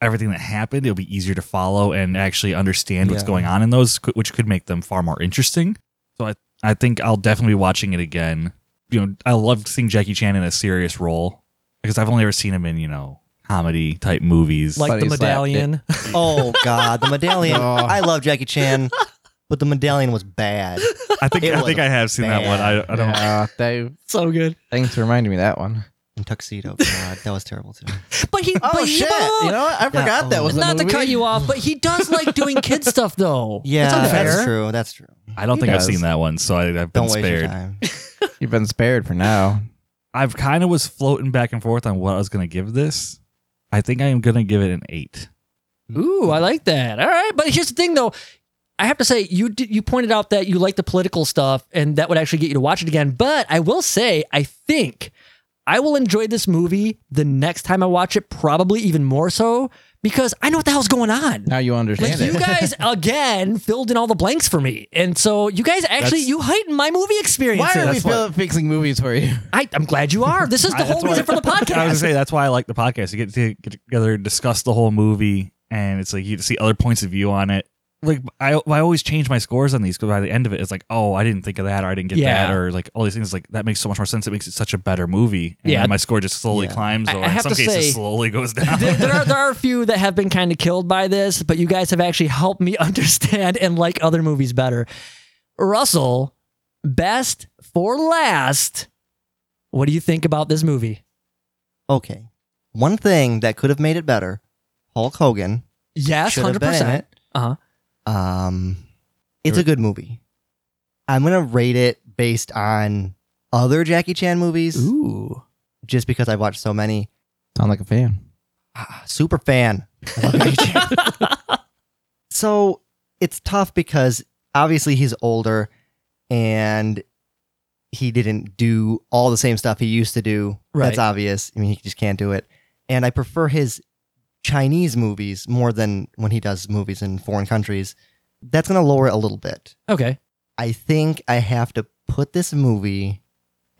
C: everything that happened, it'll be easier to follow and actually understand what's
G: Yeah.
C: going on in those, co- which could make them far more interesting. So I I think I'll definitely be watching it again. You know, I love seeing Jackie Chan in a serious role because I've only ever seen him in, you know, comedy type movies.
A: Like the medallion.
G: oh God, the medallion!
H: Oh.
G: I love Jackie Chan, but the medallion was bad.
C: I think
G: It
C: I
G: was
C: think I have seen that one. I, I don't.
H: Yeah, they,
A: so good.
H: Thanks for reminding me of that one.
G: And tuxedo, God, that was terrible too.
A: But he.
H: Oh,
A: but he-
H: shit. You know what? I forgot that was a
A: Not
H: movie.
A: to cut you off, but he does like doing kid stuff though.
G: Yeah,
A: it's unfair.
G: that's true. That's true.
C: I don't
H: He
C: think
H: does.
C: I've seen that one, so I, I've been
G: Don't waste your
C: spared.
G: time.
H: You've been spared for now.
C: I've kind of was floating back and forth on what I was going to give this. I think I am going to give it an eight.
A: Ooh, I like that. All right, but here's the thing, though. I have to say, you did, you pointed out that you like the political stuff, and that would actually get you to watch it again. But I will say, I think I will enjoy this movie the next time I watch it, probably even more so because I know what the hell's going on.
H: Now you
A: Like
H: understand
A: you
H: it.
A: guys again filled in all the blanks for me, and so you guys actually
H: That's-
A: you heightened my movie experience.
H: Why are we
C: That's what-
H: fill- fixing movies for you?
A: I, I'm glad you are. This is the
C: I-
A: whole
C: that's why-
A: reason for the podcast.
C: I was gonna say that's why I like the podcast. You get to get together, discuss the whole movie, and it's like you get to see other points of view on it. Like I, I always change my scores on these because by the end of it, it's like, oh, I didn't think of that, or I didn't get
A: Yeah.
C: that, or like all these things. Like that makes so much more sense. It makes it such a better movie. And
A: Yeah.
C: then my score just slowly
G: Yeah.
C: climbs,
A: I-
C: or
A: I
C: in
A: have
C: some
A: to
C: cases,
A: say-
C: slowly goes down.
A: there, there are there are a few that have been kind of killed by this, but you guys have actually helped me understand and like other movies better. Russell, best for last. What do you think about this movie?
G: Okay, one thing that could have made it better: Hulk Hogan.
A: Yes,
G: Should have
A: hundred
G: been in
A: percent.
G: it.
A: Uh huh.
G: Um, it's a good movie. I'm gonna rate it based on other Jackie Chan movies,
A: Ooh,
G: just because I've watched so many.
H: Sound like a fan.
G: Super fan. I love Jackie Chan. so it's tough because obviously he's older, and he didn't do all the same stuff he used to do.
A: Right.
G: That's obvious. I mean, he just can't do it. And I prefer his Chinese movies more than when he does movies in foreign countries. That's gonna lower it a little bit.
A: Okay.
G: I think I have to put this movie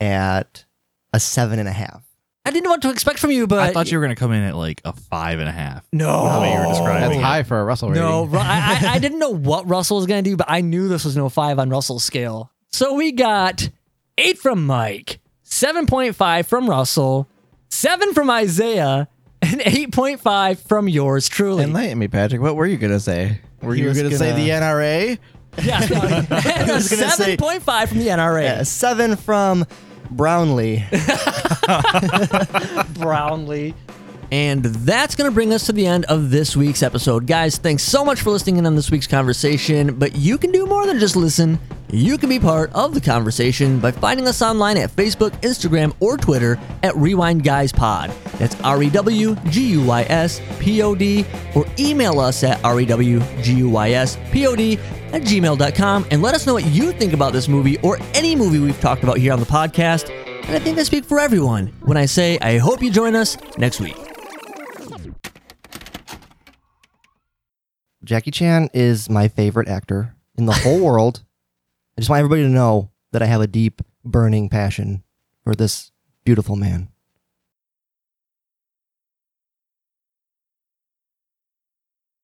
G: at a seven and a half.
A: I didn't know what to expect from you, but
C: I thought you were gonna come in at like a five and a half.
A: No.
C: the way you were describing
H: That's
C: it.
H: high for a Russell rating.
A: No, Ru- I, I, I didn't know what Russell was going to do, but I knew this was no five on Russell's scale. So we got eight from Mike, 7.5 from Russell, seven from Isaiah, and 8.5 from yours truly.
H: Enlighten me, Patrick. What were you gonna say? Were
G: He
H: you
G: was
H: gonna, say
G: gonna-
H: the NRA?
A: yeah, no, and a
G: was gonna say-
A: 7.5 from the NRA.
G: A Uh, seven from Brownlee.
A: Brownlee. And that's going to bring us to the end of this week's episode. Guys, thanks so much for listening in on this week's conversation. But you can do more than just listen. You can be part of the conversation by finding us online at Facebook, Instagram, or Twitter at Rewind Guys Pod. That's R E W G U Y S P O D, or email us at R E W G U Y S P O D at gmail.com and let us know what you think about this movie or any movie we've talked about here on the podcast. And I think I speak for everyone when I say I hope you join us next week.
G: Jackie Chan is my favorite actor in the whole world. I just want everybody to know that I have a deep, burning passion for this beautiful man.